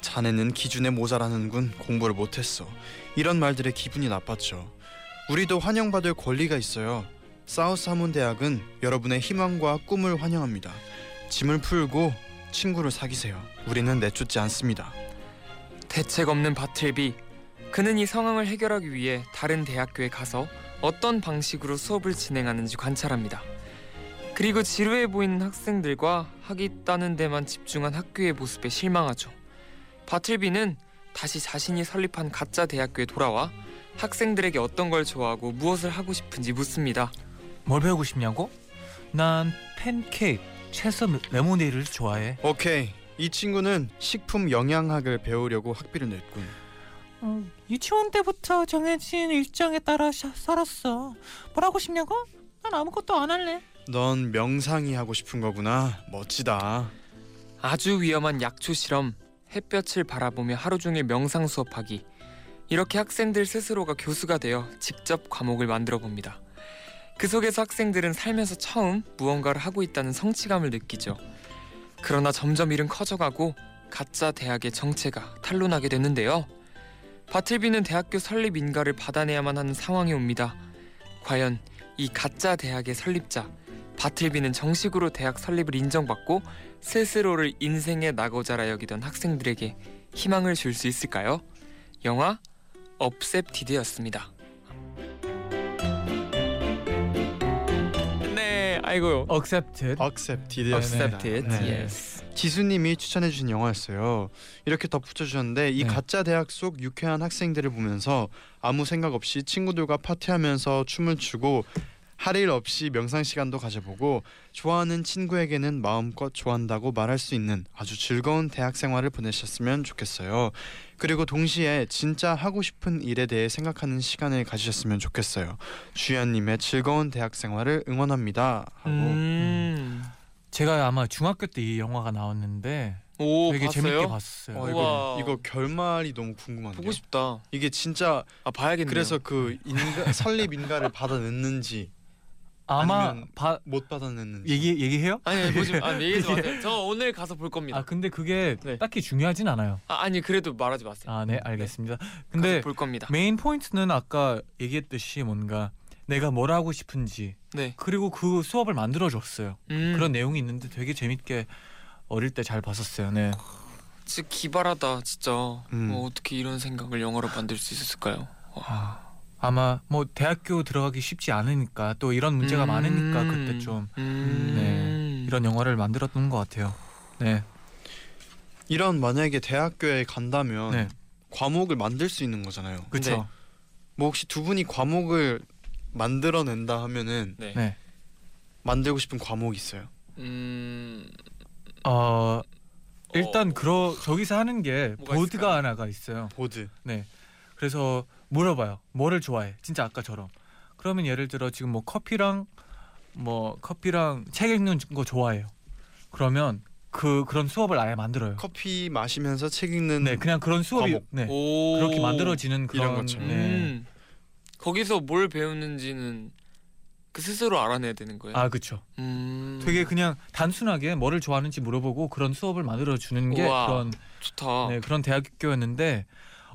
Speaker 2: 자네는 기준에 모자라는군 공부를 못했어. 이런 말들에 기분이 나빴죠. 우리도 환영받을 권리가 있어요. 사우스 하몬 대학은 여러분의 희망과 꿈을 환영합니다. 짐을 풀고 친구를 사귀세요. 우리는 내쫓지 않습니다.
Speaker 4: 대책 없는 바틀비. 그는 이 상황을 해결하기 위해 다른 대학교에 가서 어떤 방식으로 수업을 진행하는지 관찰합니다. 그리고 지루해 보이는 학생들과 하겠다는 데만 집중한 학교의 모습에 실망하죠. 바틀비는 다시 자신이 설립한 가짜 대학교에 돌아와 학생들에게 어떤 걸 좋아하고 무엇을 하고 싶은지 묻습니다.
Speaker 3: 뭘 배우고 싶냐고? 난 팬케이크, 채소 레모네이드를 좋아해.
Speaker 2: 오케이. 이 친구는 식품 영양학을 배우려고 학비를 냈군.
Speaker 3: 어, 유치원 때부터 정해진 일정에 따라 살았어. 뭘 하고 싶냐고? 난 아무것도 안 할래.
Speaker 2: 넌 명상이 하고 싶은 거구나. 멋지다.
Speaker 4: 아주 위험한 약초 실험, 햇볕을 바라보며 하루 종일 명상 수업하기. 이렇게 학생들 스스로가 교수가 되어 직접 과목을 만들어 봅니다. 그 속에서 학생들은 살면서 처음 무언가를 하고 있다는 성취감을 느끼죠. 그러나 점점 일은 커져가고 가짜 대학의 정체가 탄로나게 되는데요. 바틀비는 대학교 설립 인가를 받아내야만 하는 상황이 옵니다. 과연 이 가짜 대학의 설립자 바틀비는 정식으로 대학 설립을 인정받고 스스로를 인생의 낙오자라 여기던 학생들에게 희망을 줄 수 있을까요? 영화 업셉티드였습니다. 네, 아이고.
Speaker 3: Accepted.
Speaker 2: Accepted.
Speaker 4: Accepted.
Speaker 2: 네.
Speaker 4: Yes.
Speaker 2: 지수님이 추천해주신 영화였어요. 이렇게 덧붙여주셨는데 이
Speaker 3: 네.
Speaker 2: 가짜 대학 속 유쾌한 학생들을 보면서 아무 생각 없이 친구들과 파티하면서 춤을 추고 할 일 없이 명상 시간도 가져보고 좋아하는 친구에게는 마음껏 좋아한다고 말할 수 있는 아주 즐거운 대학 생활을 보내셨으면 좋겠어요. 그리고 동시에 진짜 하고 싶은 일에 대해 생각하는 시간을 가지셨으면 좋겠어요. 주연님의 즐거운 대학 생활을 응원합니다. 하고
Speaker 4: 음.
Speaker 3: 제가 아마 중학교 때 이 영화가 나왔는데
Speaker 4: 오,
Speaker 3: 되게
Speaker 4: 봤어요?
Speaker 3: 재밌게 봤어요.
Speaker 2: 와,
Speaker 4: 어,
Speaker 2: 이거,
Speaker 4: 우와.
Speaker 2: 이거 결말이 너무 궁금한데요.
Speaker 4: 보고 싶다.
Speaker 2: 이게 진짜
Speaker 4: 아, 봐야겠네요.
Speaker 2: 그래서 그 인가, 설립 인가를 받아냈는지
Speaker 3: 아마
Speaker 2: 아니면-
Speaker 3: 바,
Speaker 2: 못 받아냈는지
Speaker 3: 얘기 얘기해요?
Speaker 4: 아니, 아니 보지 마. 아, 얘기 좀 하세요. 저 오늘 가서 볼 겁니다.
Speaker 3: 예. 아 근데 그게
Speaker 4: 네.
Speaker 3: 딱히 중요하진 않아요.
Speaker 4: 아, 아니 그래도 말하지 마세요.
Speaker 3: 아 네 알겠습니다. 근데
Speaker 4: 가서 볼 겁니다.
Speaker 3: 메인 포인트는 아까 얘기했듯이 뭔가 내가 뭘 하고 싶은지
Speaker 4: 네.
Speaker 3: 그리고 그 수업을 만들어 줬어요.
Speaker 4: 음.
Speaker 3: 그런 내용이 있는데 되게 재밌게 어릴 때 잘 봤었어요. 네.
Speaker 4: 진짜 기발하다 진짜
Speaker 2: 음.
Speaker 4: 뭐 어떻게 이런 생각을 영어로 만들 수 있었을까요?
Speaker 3: 아마 뭐 대학교 들어가기 쉽지 않으니까 또 이런 문제가
Speaker 4: 음.
Speaker 3: 많으니까 그때 좀 네.
Speaker 4: 음.
Speaker 3: 이런 영화를 만들었던 것 같아요. 네.
Speaker 2: 이런 만약에 대학교에 간다면
Speaker 3: 네.
Speaker 2: 과목을 만들 수 있는 거잖아요.
Speaker 3: 그쵸
Speaker 2: 뭐 혹시 두 분이 과목을 만들어낸다 하면은
Speaker 4: 네.
Speaker 3: 네.
Speaker 2: 만들고 싶은 과목이 있어요.
Speaker 4: 음.
Speaker 3: 어 일단
Speaker 4: 어,
Speaker 3: 그러 저기서 하는 게
Speaker 4: 뭐가
Speaker 3: 보드가
Speaker 4: 있을까요?
Speaker 3: 하나가 있어요.
Speaker 2: 보드.
Speaker 3: 네. 그래서 물어봐요. 뭐를 좋아해? 진짜 아까처럼. 그러면 예를 들어 지금 뭐 커피랑 뭐 커피랑 책 읽는 거 좋아해요. 그러면 그 그런 수업을 아예 만들어요.
Speaker 2: 커피 마시면서 책 읽는
Speaker 3: 네, 그냥 그런 수업이
Speaker 2: 과목.
Speaker 3: 네.
Speaker 4: 오.
Speaker 3: 그렇게 만들어지는 그런
Speaker 2: 이런 것처럼.
Speaker 3: 네.
Speaker 4: 음. 거기서 뭘 배우는지는 그 스스로 알아내야 되는 거예요.
Speaker 3: 아, 그렇죠.
Speaker 4: 음.
Speaker 3: 되게 그냥 단순하게 뭐를 좋아하는지 물어보고 그런 수업을 만들어 주는 게
Speaker 4: 우와. 어.
Speaker 3: 그런
Speaker 4: 좋다.
Speaker 3: 네, 그런 대학교였는데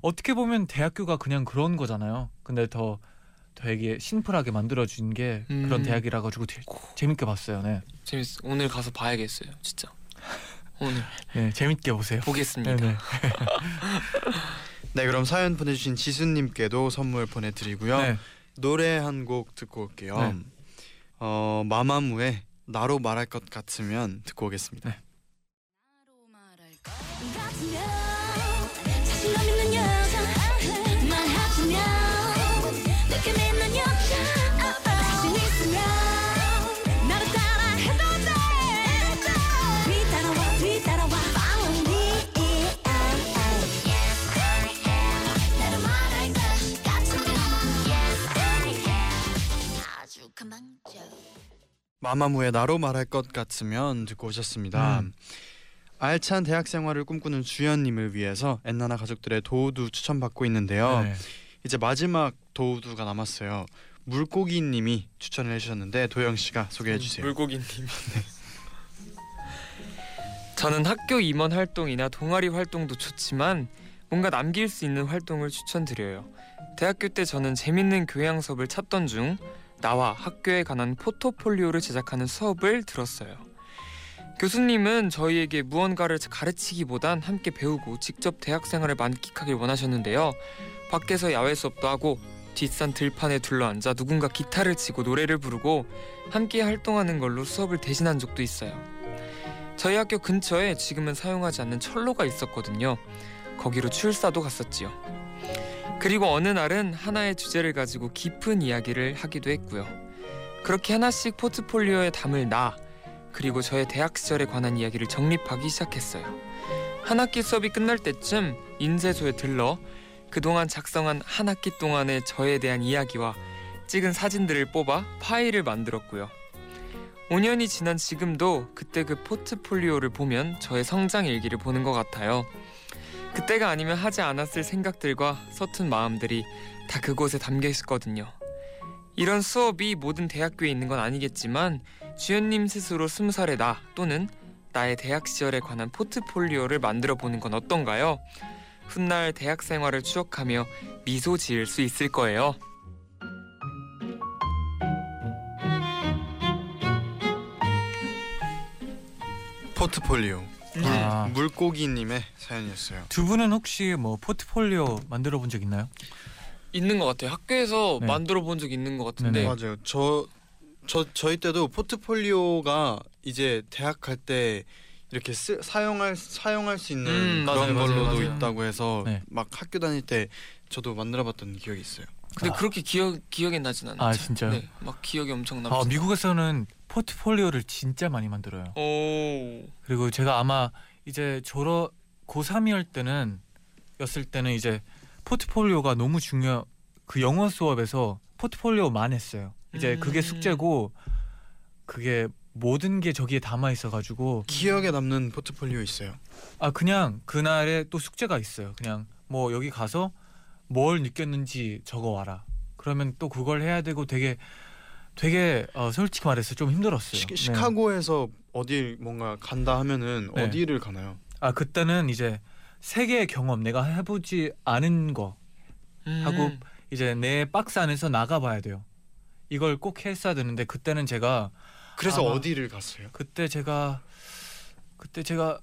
Speaker 3: 어떻게 보면 대학교가 그냥 그런 거잖아요. 근데 더 되게 심플하게 만들어준 게
Speaker 4: 음.
Speaker 3: 그런 대학이라 가지고 되- 재밌게 봤어요. 네,
Speaker 4: 재밌어. 오늘 가서 봐야겠어요. 진짜. 오늘
Speaker 3: 네 재밌게 보세요.
Speaker 4: 보겠습니다.
Speaker 3: 네, 네.
Speaker 2: 네 그럼 사연 보내주신 지수님께도 선물 보내드리고요.
Speaker 3: 네.
Speaker 2: 노래 한 곡 듣고 올게요.
Speaker 3: 네.
Speaker 2: 어 마마무의 나로 말할 것 같으면 듣고 오겠습니다.
Speaker 3: 네.
Speaker 5: 같으면 자신감 있는 여자 말하자면 느낌 있는 여자 자신 있으면 나를 따라 해도 돼 뒤따라와 뒤따라와 Follow me
Speaker 2: 마마무의 나로 말할 것 같으면 듣고 오셨습니다.
Speaker 3: 음.
Speaker 2: 알찬 대학 생활을 꿈꾸는 주연님을 위해서 엔나나 가족들의 도우두 추천받고 있는데요.
Speaker 3: 네.
Speaker 2: 이제 마지막 도우두가 남았어요. 물고기님이 추천을 해주셨는데 도영 씨가 소개해 주세요.
Speaker 4: 물고기님. 저는 학교 임원 활동이나 동아리 활동도 좋지만 뭔가 남길 수 있는 활동을 추천드려요. 대학교 때 저는 재밌는 교양 수업을 찾던 중 나와 학교에 관한 포트폴리오를 제작하는 수업을 들었어요. 교수님은 저희에게 무언가를 가르치기보단 함께 배우고 직접 대학 생활을 만끽하길 원하셨는데요. 밖에서 야외 수업도 하고 뒷산 들판에 둘러앉아 누군가 기타를 치고 노래를 부르고 함께 활동하는 걸로 수업을 대신한 적도 있어요. 저희 학교 근처에 지금은 사용하지 않는 철로가 있었거든요. 거기로 출사도 갔었지요. 그리고 어느 날은 하나의 주제를 가지고 깊은 이야기를 하기도 했고요. 그렇게 하나씩 포트폴리오에 담을 나 그리고 저의 대학 시절에 관한 이야기를 정립하기 시작했어요. 한 학기 수업이 끝날 때쯤 인쇄소에 들러 그동안 작성한 한 학기 동안의 저에 대한 이야기와 찍은 사진들을 뽑아 파일을 만들었고요. 5년이 지난 지금도 그때 그 포트폴리오를 보면 저의 성장 일기를 보는 것 같아요. 그때가 아니면 하지 않았을 생각들과 서툰 마음들이 다 그곳에 담겨 있었거든요. 이런 수업이 모든 대학교에 있는 건 아니겠지만 주연님 스스로 스무 살의 나 또는 나의 대학 시절에 관한 포트폴리오를 만들어 보는 건 어떤가요? 훗날 대학 생활을 추억하며 미소 지을 수 있을 거예요.
Speaker 2: 포트폴리오
Speaker 3: 아,
Speaker 2: 물고기님의 사연이었어요.
Speaker 3: 두 분은 혹시 뭐 포트폴리오 만들어 본 적 있나요?
Speaker 4: 있는 것 같아요. 학교에서
Speaker 3: 네.
Speaker 4: 만들어 본 적 있는 것 같은데
Speaker 3: 네. 네네.
Speaker 2: 맞아요. 저, 저 저희 때도 포트폴리오가 이제 대학 갈 때 이렇게 쓰, 사용할 사용할 수 있는
Speaker 4: 음, 맞아요,
Speaker 2: 그런
Speaker 4: 맞아요,
Speaker 2: 걸로도
Speaker 4: 맞아요.
Speaker 2: 있다고 해서
Speaker 3: 네.
Speaker 2: 막 학교 다닐 때 저도 만들어봤던 기억이 있어요.
Speaker 4: 근데
Speaker 3: 아.
Speaker 4: 그렇게 기억 기억이 나진 않아요.
Speaker 3: 아, 진짜요?
Speaker 4: 네, 막 기억이 엄청 남죠.
Speaker 3: 아, 미국에서는 포트폴리오를 진짜 많이 만들어요.
Speaker 4: 오.
Speaker 3: 그리고 제가 아마 이제 졸업 고3이었 때는 였을 때는 이제 포트폴리오가 너무 중요 그 영어 수업에서 포트폴리오만 했어요. 이제
Speaker 4: 음.
Speaker 3: 그게 숙제고 그게 모든 게 저기에 담아 있어 가지고
Speaker 2: 기억에 남는 포트폴리오 있어요.
Speaker 3: 아 그냥 그날에 또 숙제가 있어요. 그냥 뭐 여기 가서 뭘 느꼈는지 적어 와라. 그러면 또 그걸 해야 되고 되게 되게 어, 솔직히 말해서 좀 힘들었어요.
Speaker 2: 시,
Speaker 3: 네.
Speaker 2: 시카고에서 어디 뭔가 간다 하면은
Speaker 3: 네.
Speaker 2: 어디를 가나요?
Speaker 3: 아 그때는 이제 세계의 경험 내가 해보지 않은 거
Speaker 4: 음.
Speaker 3: 하고 이제 내 박스 안에서 나가봐야 돼요. 이걸 꼭 했어야 되는데 그때는 제가
Speaker 2: 그래서
Speaker 3: 아마-
Speaker 2: 어디를 갔어요?
Speaker 3: 그때 제가 그때 제가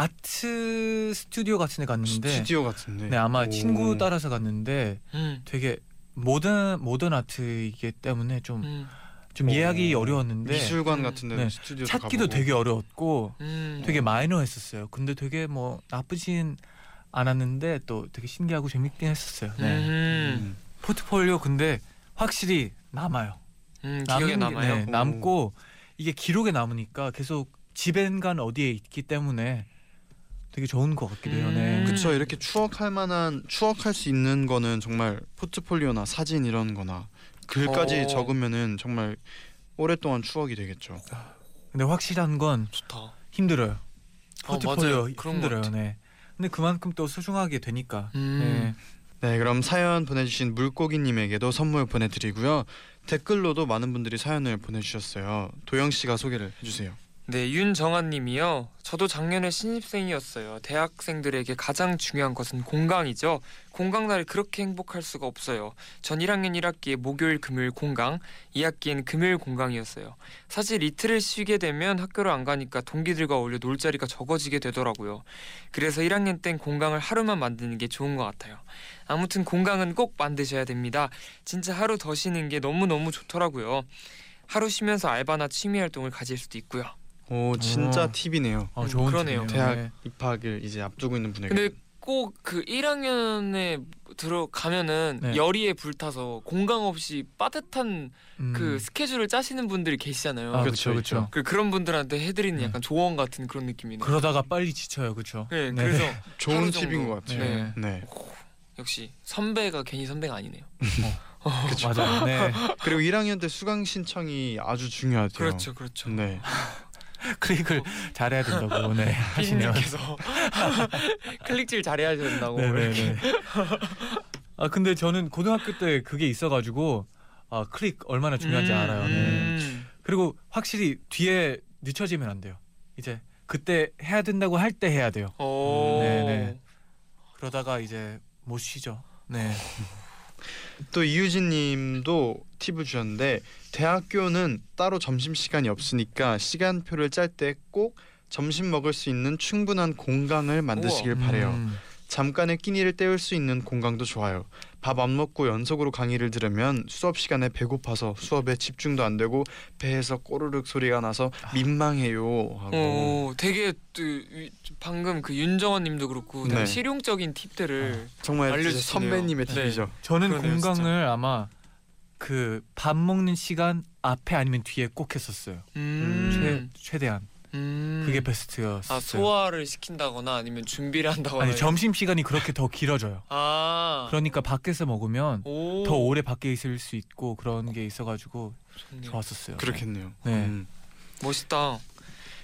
Speaker 3: 아트 스튜디오 같은 데 갔는데
Speaker 2: 스튜디오 같은데.
Speaker 3: 네 아마
Speaker 2: 오.
Speaker 3: 친구 따라서 갔는데
Speaker 4: 음.
Speaker 3: 되게 모던 모던 아트이기 때문에 좀 좀
Speaker 4: 음.
Speaker 2: 오.
Speaker 3: 이해하기 어려웠는데
Speaker 2: 미술관 같은데
Speaker 3: 네.
Speaker 2: 스튜디오
Speaker 3: 찾기도
Speaker 2: 가보고.
Speaker 3: 되게 어려웠고
Speaker 4: 음.
Speaker 3: 되게 마이너했었어요. 근데 되게 뭐 나쁘진 않았는데 또 되게 신기하고 재밌긴 했었어요. 네.
Speaker 4: 음.
Speaker 2: 음.
Speaker 3: 포트폴리오 근데 확실히 남아요.
Speaker 4: 음, 기억에
Speaker 3: 남은 게-
Speaker 4: 남아요.
Speaker 3: 네, 남고 이게 기록에 남으니까 계속 집엔간 어디에 있기 때문에 되게 좋은 것 같기도 해요. 네.
Speaker 4: 음.
Speaker 3: 그-
Speaker 2: 그쵸 이렇게 추억할 만한 추억할 수 있는 거는 정말 포트폴리오나 사진 이런 거나 글까지
Speaker 4: 어.
Speaker 2: 적으면은 정말 오랫동안 추억이 되겠죠.
Speaker 3: 근데 확실한 건
Speaker 4: 좋다.
Speaker 3: 힘들어요. 포트폴리오
Speaker 4: 맞아요. 그런 것
Speaker 3: 힘들어요.
Speaker 4: 같아.
Speaker 3: 네. 근데 그만큼 또 소중하게 되니까.
Speaker 4: 음.
Speaker 2: 네, 그럼 사연 보내주신 물고기님에게도 선물 보내드리고요. 댓글로도 많은 분들이 사연을 보내주셨어요. 도영 씨가 소개를 해주세요.
Speaker 4: 네, 윤정한님이요. 저도 작년에 신입생이었어요. 대학생들에게 가장 중요한 것은 공강이죠. 공강 날에 그렇게 행복할 수가 없어요. 전 1학년 1학기에 목요일 금요일 공강, 2학기엔 금요일 공강이었어요. 사실 이틀을 쉬게 되면 학교를 안 가니까 동기들과 어울려 놀 자리가 적어지게 되더라고요. 그래서 1학년 땐 공강을 하루만 만드는 게 좋은 것 같아요. 아무튼 공강은 꼭 만드셔야 됩니다. 진짜 하루 더 쉬는 게 너무너무 좋더라고요. 하루 쉬면서 알바나 취미 활동을 가질 수도 있고요.
Speaker 2: 오, 진짜
Speaker 3: 어.
Speaker 2: 아. 팁이네요.
Speaker 3: 어,
Speaker 4: 음,
Speaker 3: 좋은
Speaker 4: 그러네요.
Speaker 3: 팁이네요.
Speaker 2: 대학
Speaker 3: 네.
Speaker 2: 입학을 이제 앞두고 있는 분에게.
Speaker 4: 근데 꼭 그 1학년에 들어가면은
Speaker 3: 네.
Speaker 4: 열의에 불타서 공강 없이 빠듯한
Speaker 3: 음.
Speaker 4: 그 스케줄을 짜시는 분들이 계시잖아요.
Speaker 3: 아,
Speaker 4: 그,
Speaker 3: 그렇죠, 그렇죠.
Speaker 4: 런 분들한테 해드리는
Speaker 3: 네.
Speaker 4: 약간 조언 같은 그런 느낌이네요.
Speaker 3: 그러다가 빨리 지쳐요, 그렇죠?
Speaker 4: 네, 그래서
Speaker 2: 좋은
Speaker 4: 하루 정도.
Speaker 2: 팁인 것 같아요.
Speaker 4: 네.
Speaker 2: 네.
Speaker 4: 역시 선배가 괜히 선배가 아니네요.
Speaker 3: 맞아요. 네.
Speaker 2: 그리고 1학년 때 수강 신청이 아주 중요하대요.
Speaker 4: 그렇죠, 그렇죠.
Speaker 3: 음,
Speaker 2: 네.
Speaker 3: 클릭을 잘해야 된다고 네. 하시네요.
Speaker 4: 피디님께서 클릭질 잘해야 된다고 음, 이렇게
Speaker 3: 네네네. 아 근데 저는 고등학교 때 그게 있어가지고 아 클릭 얼마나 중요한지
Speaker 4: 음,
Speaker 3: 알아요. 네.
Speaker 4: 음.
Speaker 3: 그리고 확실히 뒤에 늦춰지면 안 돼요. 이제 그때 해야 된다고 할 때 해야 돼요.
Speaker 4: 오.
Speaker 3: 음, 네네. 그러다가 이제 못 쉬죠. 네.
Speaker 2: 또 이유진님도 팁을 주셨는데 대학교는 따로 점심 시간이 없으니까 시간표를 짤 때 꼭 점심 먹을 수 있는 충분한 공간을 만드시길 바래요.
Speaker 3: 음.
Speaker 2: 잠깐의 끼니를 때울 수 있는 공강도 좋아요. 밥 안 먹고 연속으로 강의를 들으면 수업 시간에 배고파서 수업에 집중도 안 되고 배에서 꼬르륵 소리가 나서
Speaker 4: 아.
Speaker 2: 민망해요 하고
Speaker 4: 어, 되게 또 이- 방금 그 윤정원님도 그렇고 되게
Speaker 2: 네.
Speaker 4: 실용적인 팁들을
Speaker 2: 정말 진짜
Speaker 4: 알려주시네요.
Speaker 2: 선배님의
Speaker 4: 네.
Speaker 2: 팁이죠.
Speaker 3: 저는
Speaker 4: 그러네요,
Speaker 3: 공강을 아마 그 밥 먹는 시간 앞에 아니면 뒤에 꼭 했었어요.
Speaker 4: 음,
Speaker 3: 최, 최대한
Speaker 4: 음.
Speaker 3: 그게 베스트였어요.
Speaker 4: 아 소화를 시킨다거나 아니면 준비를 한다거나
Speaker 3: 아니 점심 시간이 그렇게 더 길어져요.
Speaker 4: 아
Speaker 3: 그러니까 밖에서 먹으면
Speaker 4: 오.
Speaker 3: 더 오래 밖에 있을 수 있고 그런 게 있어가지고
Speaker 4: 좋네요.
Speaker 3: 좋았었어요.
Speaker 2: 그렇겠네요.
Speaker 3: 네.
Speaker 2: 음.
Speaker 4: 멋있다.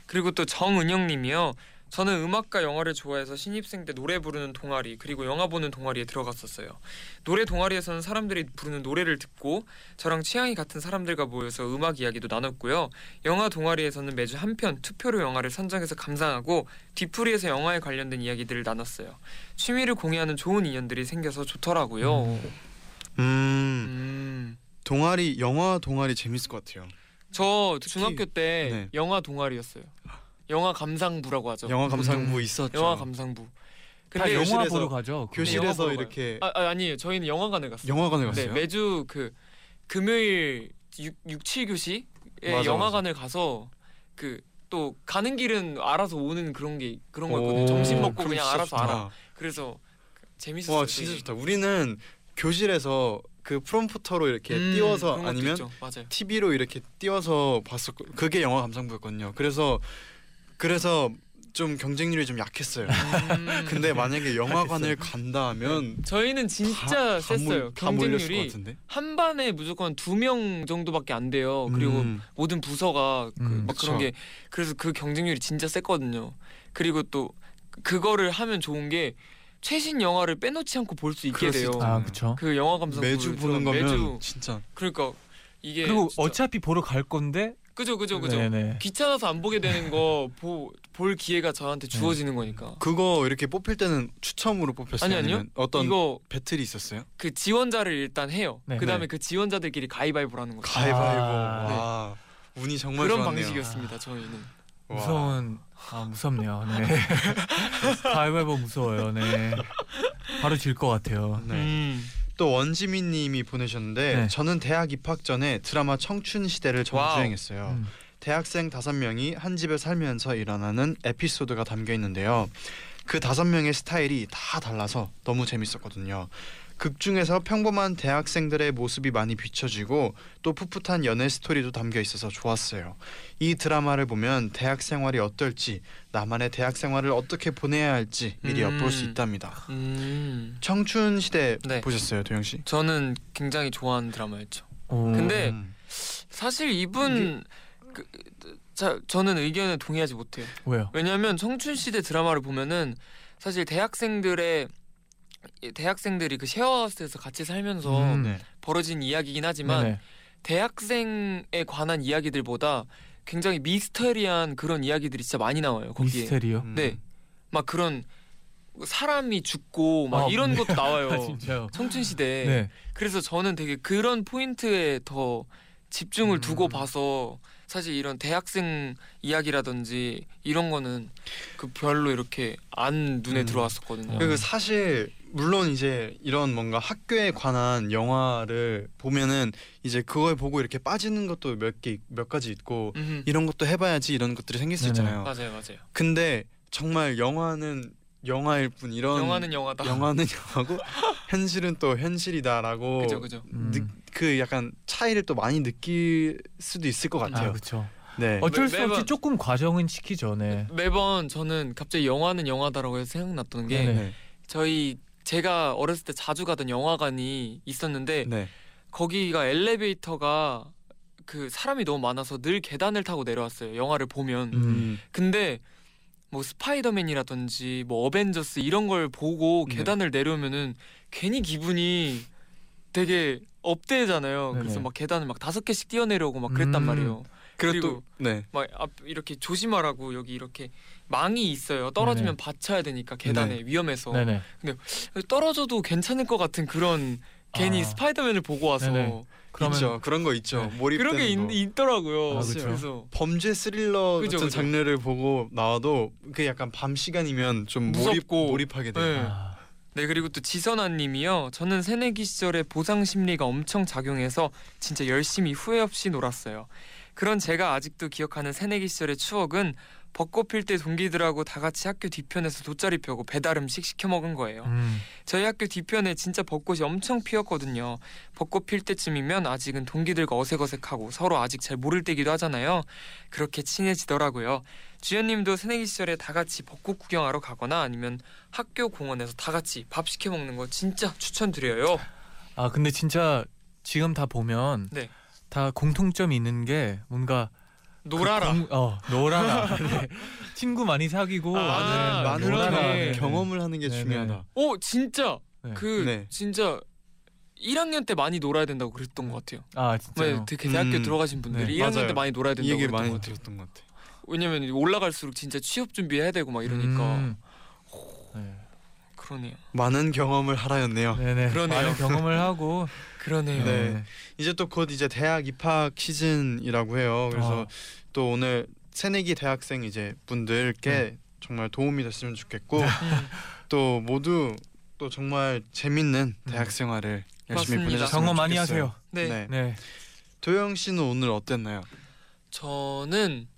Speaker 4: 그리고 또 정은영님이요. 저는 음악과 영화를 좋아해서 신입생 때 노래 부르는 동아리 그리고 영화 보는 동아리에 들어갔었어요. 노래 동아리에서는 사람들이 부르는 노래를 듣고 저랑 취향이 같은 사람들과 모여서 음악 이야기도 나눴고요. 영화 동아리에서는 매주 한 편 투표로 영화를 선정해서 감상하고 뒤풀이에서 영화에 관련된 이야기들을 나눴어요. 취미를 공유하는 좋은 인연들이 생겨서 좋더라고요.
Speaker 2: 음,
Speaker 4: 음.
Speaker 2: 동아리 영화 동아리 재밌을 것 같아요.
Speaker 4: 저 중학교 때
Speaker 2: 네.
Speaker 4: 영화 동아리였어요. 영화 감상부라고 하죠.
Speaker 2: 영화
Speaker 4: 보통.
Speaker 2: 감상부 있었죠.
Speaker 4: 음, 영화 감상부.
Speaker 3: 다
Speaker 4: 근데
Speaker 3: 영화
Speaker 2: 교실에서-
Speaker 3: 보러 가죠.
Speaker 4: 영화 보러
Speaker 2: 교실에서
Speaker 4: 가요.
Speaker 2: 이렇게
Speaker 4: 아, 아 아니에요. 저희는 영화관을 갔어요.
Speaker 2: 영화관에
Speaker 4: 네,
Speaker 2: 갔어요.
Speaker 4: 매주 그 금요일 6, 6 7교시에
Speaker 2: 맞아, 맞아.
Speaker 4: 영화관을 가서 그 또 가는 길은 알아서 오는 그런 게 그런 거였거든요.
Speaker 2: 오,
Speaker 4: 점심 먹고
Speaker 2: 그럼
Speaker 4: 그냥
Speaker 2: 진짜
Speaker 4: 알아서
Speaker 2: 좋다.
Speaker 4: 알아. 그래서 그- 재밌었어요.
Speaker 2: 와 진짜
Speaker 4: 되게.
Speaker 2: 좋다. 우리는 교실에서 그 프롬프터로 이렇게
Speaker 4: 음,
Speaker 2: 띄워서
Speaker 4: 그런 것도
Speaker 2: 아니면
Speaker 4: 있죠. 맞아요.
Speaker 2: TV로 이렇게 띄워서 봤었고 그게 영화 감상부였거든요. 그래서 그래서 좀 경쟁률이 좀 약했어요.
Speaker 4: 음,
Speaker 2: 근데 만약에 영화관을 간다 하면
Speaker 4: 저희는 네. 진짜
Speaker 2: 다, 다 몰-
Speaker 4: 셌어요.
Speaker 2: 다 몰렸을 것
Speaker 4: 경쟁률이
Speaker 2: 같은데.
Speaker 4: 한 반에 무조건 두 명 정도밖에 안 돼요. 어, 그리고
Speaker 2: 음,
Speaker 4: 모든 부서가 그,
Speaker 3: 음.
Speaker 4: 막 그런
Speaker 2: 그쵸.
Speaker 4: 게 그래서 그 경쟁률이 진짜 셌거든요. 그리고 또 그- 그거를 하면 좋은 게 최신 영화를 빼놓지 않고 볼 수 있게
Speaker 2: 그럴 수
Speaker 4: 돼요.
Speaker 2: 있다.
Speaker 3: 아 그렇죠.
Speaker 4: 그 영화 감상
Speaker 2: 매주 보는 거면 진짜
Speaker 4: 그러니까 이게
Speaker 3: 그리고
Speaker 4: 진짜-
Speaker 3: 어차피 보러 갈 건데.
Speaker 4: 그죠 그죠 그죠
Speaker 3: 네네.
Speaker 4: 귀찮아서 안 보게 되는 거 볼 기회가 저한테 주어지는 거니까
Speaker 2: 네. 그거 이렇게 뽑힐 때는 추첨으로 뽑혔어요.
Speaker 4: 아니, 아니요.
Speaker 2: 아니면 어떤
Speaker 4: 이거
Speaker 2: 배틀이 있었어요?
Speaker 4: 그 지원자를 일단 해요.
Speaker 3: 네.
Speaker 4: 그다음에
Speaker 2: 네.
Speaker 4: 그 지원자들끼리 가위바위보라는 거죠.
Speaker 2: 가위바위보.
Speaker 3: 아,
Speaker 2: 와, 운이 정말
Speaker 4: 네. 그런
Speaker 2: 좋았네요.
Speaker 4: 방식이었습니다. 저희는
Speaker 2: 와.
Speaker 3: 무서운. 아 무섭네요. 네. 가위바위보 무서워요. 네. 바로 질 것 같아요.
Speaker 2: 네.
Speaker 4: 음.
Speaker 2: 또 원지민님이 보내셨는데
Speaker 3: 네.
Speaker 2: 저는 대학 입학 전에 드라마 청춘 시대를 정주행했어요.
Speaker 3: 음.
Speaker 2: 대학생 다섯 명이 한 집에 살면서 일어나는 에피소드가 담겨 있는데요. 그 다섯 명의 스타일이 다 달라서 너무 재밌었거든요. 극 중에서 평범한 대학생들의 모습이 많이 비춰지고 또 풋풋한 연애 스토리도 담겨 있어서 좋았어요. 이 드라마를 보면 대학 생활이 어떨지 나만의 대학 생활을 어떻게 보내야 할지 미리
Speaker 4: 음.
Speaker 2: 엿볼 수 있답니다.
Speaker 4: 음.
Speaker 2: 청춘 시대
Speaker 4: 네.
Speaker 2: 보셨어요, 도영 씨?
Speaker 4: 저는 굉장히 좋아하는 드라마였죠.
Speaker 3: 오.
Speaker 4: 근데
Speaker 2: 음.
Speaker 4: 사실 이분 그, 자, 저는 의견에 동의하지 못해요.
Speaker 3: 왜요?
Speaker 4: 왜냐하면 청춘 시대 드라마를 보면은 사실 대학생들의 대학생들이 그 셰어하우스에서 같이 살면서
Speaker 3: 음.
Speaker 2: 네.
Speaker 4: 벌어진 이야기긴 하지만
Speaker 3: 네네.
Speaker 4: 대학생에 관한 이야기들보다 굉장히 미스터리한 그런 이야기들이 진짜 많이 나와요 거기에
Speaker 3: 미스테리요.
Speaker 2: 음.
Speaker 4: 네. 막 그런 사람이 죽고 막
Speaker 3: 아,
Speaker 4: 이런
Speaker 3: 네.
Speaker 4: 것도
Speaker 3: 아
Speaker 4: 나와요
Speaker 3: 진짜요.
Speaker 4: 청춘 시대에
Speaker 3: 네.
Speaker 4: 그래서 저는 되게 그런 포인트에 더 집중을
Speaker 2: 음.
Speaker 4: 두고 봐서 사실 이런 대학생 이야기라든지 이런 거는 그 별로 이렇게 안 눈에
Speaker 2: 음.
Speaker 4: 들어왔었거든요.
Speaker 2: 그리고 사실 물론 이제 이런 뭔가 학교에 관한 영화를 보면은 이제 그걸 보고 이렇게 빠지는 것도 몇 개 몇 가지 있고
Speaker 4: 음.
Speaker 2: 이런 것도 해봐야지 이런 것들이 생길 수
Speaker 3: 네네.
Speaker 2: 있잖아요.
Speaker 4: 맞아요, 맞아요.
Speaker 2: 근데 정말 영화는 영화일 뿐 이런
Speaker 4: 영화는 영화다.
Speaker 2: 음. 영화는 영화고 현실은 또 현실이다라고
Speaker 4: 그죠, 그죠.
Speaker 3: 음.
Speaker 2: 느- 그 약간 차이를 또 많이 느낄 수도 있을 것
Speaker 3: 아
Speaker 2: 같아요.
Speaker 3: 그렇죠.
Speaker 2: 네.
Speaker 3: 어쩔 수
Speaker 4: 매번-
Speaker 3: 없이 조금 과정은 시키죠. 네.
Speaker 4: 매번 저는 갑자기 영화는 영화다라고 해서 생각났던 게
Speaker 3: 네네.
Speaker 2: 네.
Speaker 4: 저희 제가 어렸을 때 자주 가던 영화관이 있었는데
Speaker 2: 네.
Speaker 4: 거기가 엘리베이터가 그 사람이 너무 많아서 늘 계단을 타고 내려왔어요. 영화를 보면.
Speaker 3: 음.
Speaker 4: 근데 뭐 스파이더맨이라든지 뭐 어벤져스 이런 걸 보고
Speaker 2: 네.
Speaker 4: 계단을 내려오면은 괜히 기분이 되게 업되잖아요.
Speaker 3: 네네.
Speaker 4: 그래서 막 계단을 막 다섯 개씩 뛰어내려오고 막 그랬단
Speaker 3: 음.
Speaker 4: 말이에요.
Speaker 2: 그리고
Speaker 4: 그리고
Speaker 2: 네.
Speaker 4: 막 앞 이렇게 조심하라고 여기 이렇게 망이 있어요. 떨어지면 받쳐야 되니까 계단에 위험해서
Speaker 3: 네, 네네.
Speaker 4: 떨어져도 괜찮을 것 같은 그런 괜히
Speaker 3: 아.
Speaker 4: 스파이더맨을 보고 와서
Speaker 3: 네네. 그러면 네.
Speaker 2: 있죠. 그런 거 있죠. 몰입되는
Speaker 4: 그런 게
Speaker 2: 거.
Speaker 4: 있, 더라고요
Speaker 3: 아, 그쵸.
Speaker 4: 그래서
Speaker 2: 범죄 스릴러
Speaker 4: 그죠,
Speaker 2: 같은
Speaker 4: 그죠.
Speaker 2: 장르를 보고 나와도 그 약간 밤 시간이면 좀 몰입
Speaker 4: 무섭고.
Speaker 2: 몰입하게 돼요.
Speaker 4: 네.
Speaker 3: 아,
Speaker 4: 네 그리고 또 지선아님이요. 저는 새내기 시절에 보상 심리가 엄청 작용해서 진짜 열심히 후회 없이 놀았어요. 그런 제가 아직도 기억하는 새내기 시절의 추억은 벚꽃 필 때 동기들하고 다 같이 학교 뒤편에서 돗자리 펴고 배달 음식 시켜 먹은 거예요.
Speaker 3: 음.
Speaker 4: 저희 학교 뒤편에 진짜 벚꽃이 엄청 피었거든요. 벚꽃 필 때쯤이면 아직은 동기들과 어색어색하고 서로 아직 잘 모를 때기도 하잖아요. 그렇게 친해지더라고요. 주연님도 새내기 시절에 다 같이 벚꽃 구경하러 가거나 아니면 학교 공원에서 다 같이 밥 시켜 먹는 거 진짜 추천드려요.
Speaker 3: 아 근데 진짜 지금 다 보면
Speaker 4: 네.
Speaker 3: 다 공통점이 있는 게 뭔가
Speaker 4: 놀아라.
Speaker 3: 그 공- 어 놀아라. 네. 친구 많이 사귀고
Speaker 4: 아,
Speaker 3: 네,
Speaker 2: 많은
Speaker 3: 놀아라.
Speaker 4: 그러네.
Speaker 2: 네.
Speaker 3: 네.
Speaker 2: 경험을 하는 게
Speaker 3: 네, 네.
Speaker 2: 중요하다.
Speaker 4: 오 어, 진짜
Speaker 3: 네.
Speaker 4: 그
Speaker 2: 네.
Speaker 4: 진짜 1학년 때 많이 놀아야 된다고 그랬던 것 같아요.
Speaker 3: 아
Speaker 4: 왜
Speaker 3: 진짜요.
Speaker 4: 되게 대학교
Speaker 2: 음,
Speaker 4: 들어가신 분들이
Speaker 3: 네.
Speaker 4: 1학년
Speaker 2: 맞아요.
Speaker 4: 때 많이 놀아야
Speaker 2: 이
Speaker 4: 된다고
Speaker 2: 얘기를
Speaker 4: 그랬던 것
Speaker 2: 많이
Speaker 4: 같아요.
Speaker 2: 들었던 것 같아.
Speaker 4: 왜냐면 올라갈수록 진짜 취업 준비해야 되고 막 이러니까
Speaker 3: 음. 네.
Speaker 4: 그러네요.
Speaker 2: 많은 경험을 하라였네요.
Speaker 3: 네네.
Speaker 4: 그러네요.
Speaker 3: 많은 경험을 하고
Speaker 4: 그러네요.
Speaker 2: 네. 이제 또 곧 이제 대학 입학 시즌이라고 해요. 그래서
Speaker 3: 아.
Speaker 2: 또 오늘 새내기 대학생 이제 분들께
Speaker 3: 네.
Speaker 2: 정말 도움이 됐으면 좋겠고
Speaker 4: 네.
Speaker 3: 음.
Speaker 2: 또 모두 또 정말 재밌는 대학 생활을 열심히
Speaker 4: 네. 맞습니다.
Speaker 2: 보내셨으면
Speaker 3: 경험 많이
Speaker 2: 좋겠어요.
Speaker 3: 하세요.
Speaker 4: 네.
Speaker 2: 네.
Speaker 3: 네.
Speaker 2: 도영 씨는 오늘 어땠나요?
Speaker 4: 저는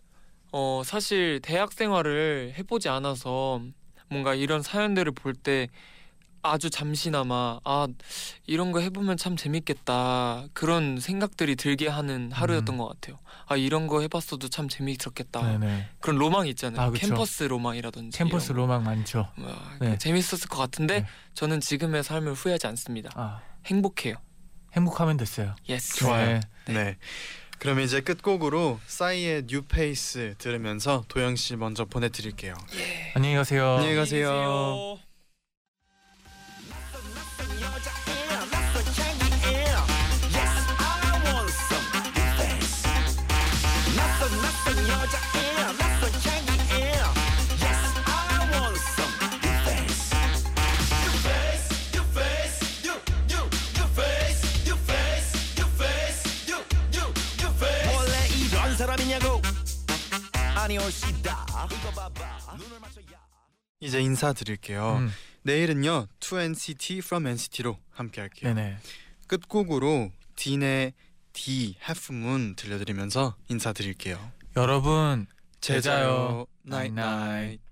Speaker 4: 어 사실 대학 생활을 해보지 않아서 뭔가 이런 사연들을 볼 때 아주 잠시나마 아 이런 거 해보면 참 재밌겠다 그런 생각들이 들게 하는 하루였던 것 같아요. 아 이런 거 해봤어도 참 재미있었겠다
Speaker 3: 음. 네네.
Speaker 4: 그런 로망 있잖아요.
Speaker 3: 아, 그쵸.
Speaker 4: 캠퍼스 로망이라든지
Speaker 3: 캠퍼스
Speaker 4: 이런 거.
Speaker 3: 로망 많죠.
Speaker 4: 와,
Speaker 3: 네.
Speaker 4: 재밌었을 것 같은데
Speaker 3: 네.
Speaker 4: 저는 지금의 삶을 후회하지 않습니다.
Speaker 3: 아
Speaker 4: 행복해요.
Speaker 3: 행복하면 됐어요.
Speaker 4: 예스.
Speaker 3: 네.
Speaker 2: 네. 그럼 이제 끝곡으로 싸이의 뉴페이스 들으면서 도영 씨 먼저 보내드릴게요.
Speaker 3: 안녕히 가세요.
Speaker 2: 안녕히 가세요.
Speaker 6: 원래 이런 사람이냐고 아니 올시다 이거 봐봐 눈을 맞춰야
Speaker 2: 이제 인사드릴게요.
Speaker 3: 음.
Speaker 2: 내일은요, To NCT from NCT로 함께할게요.
Speaker 3: 네네.
Speaker 2: 끝곡으로 딘의 D Half Moon 들려드리면서 인사드릴게요.
Speaker 3: 여러분 제자요.
Speaker 2: 나잇
Speaker 3: 나잇.
Speaker 2: 나잇.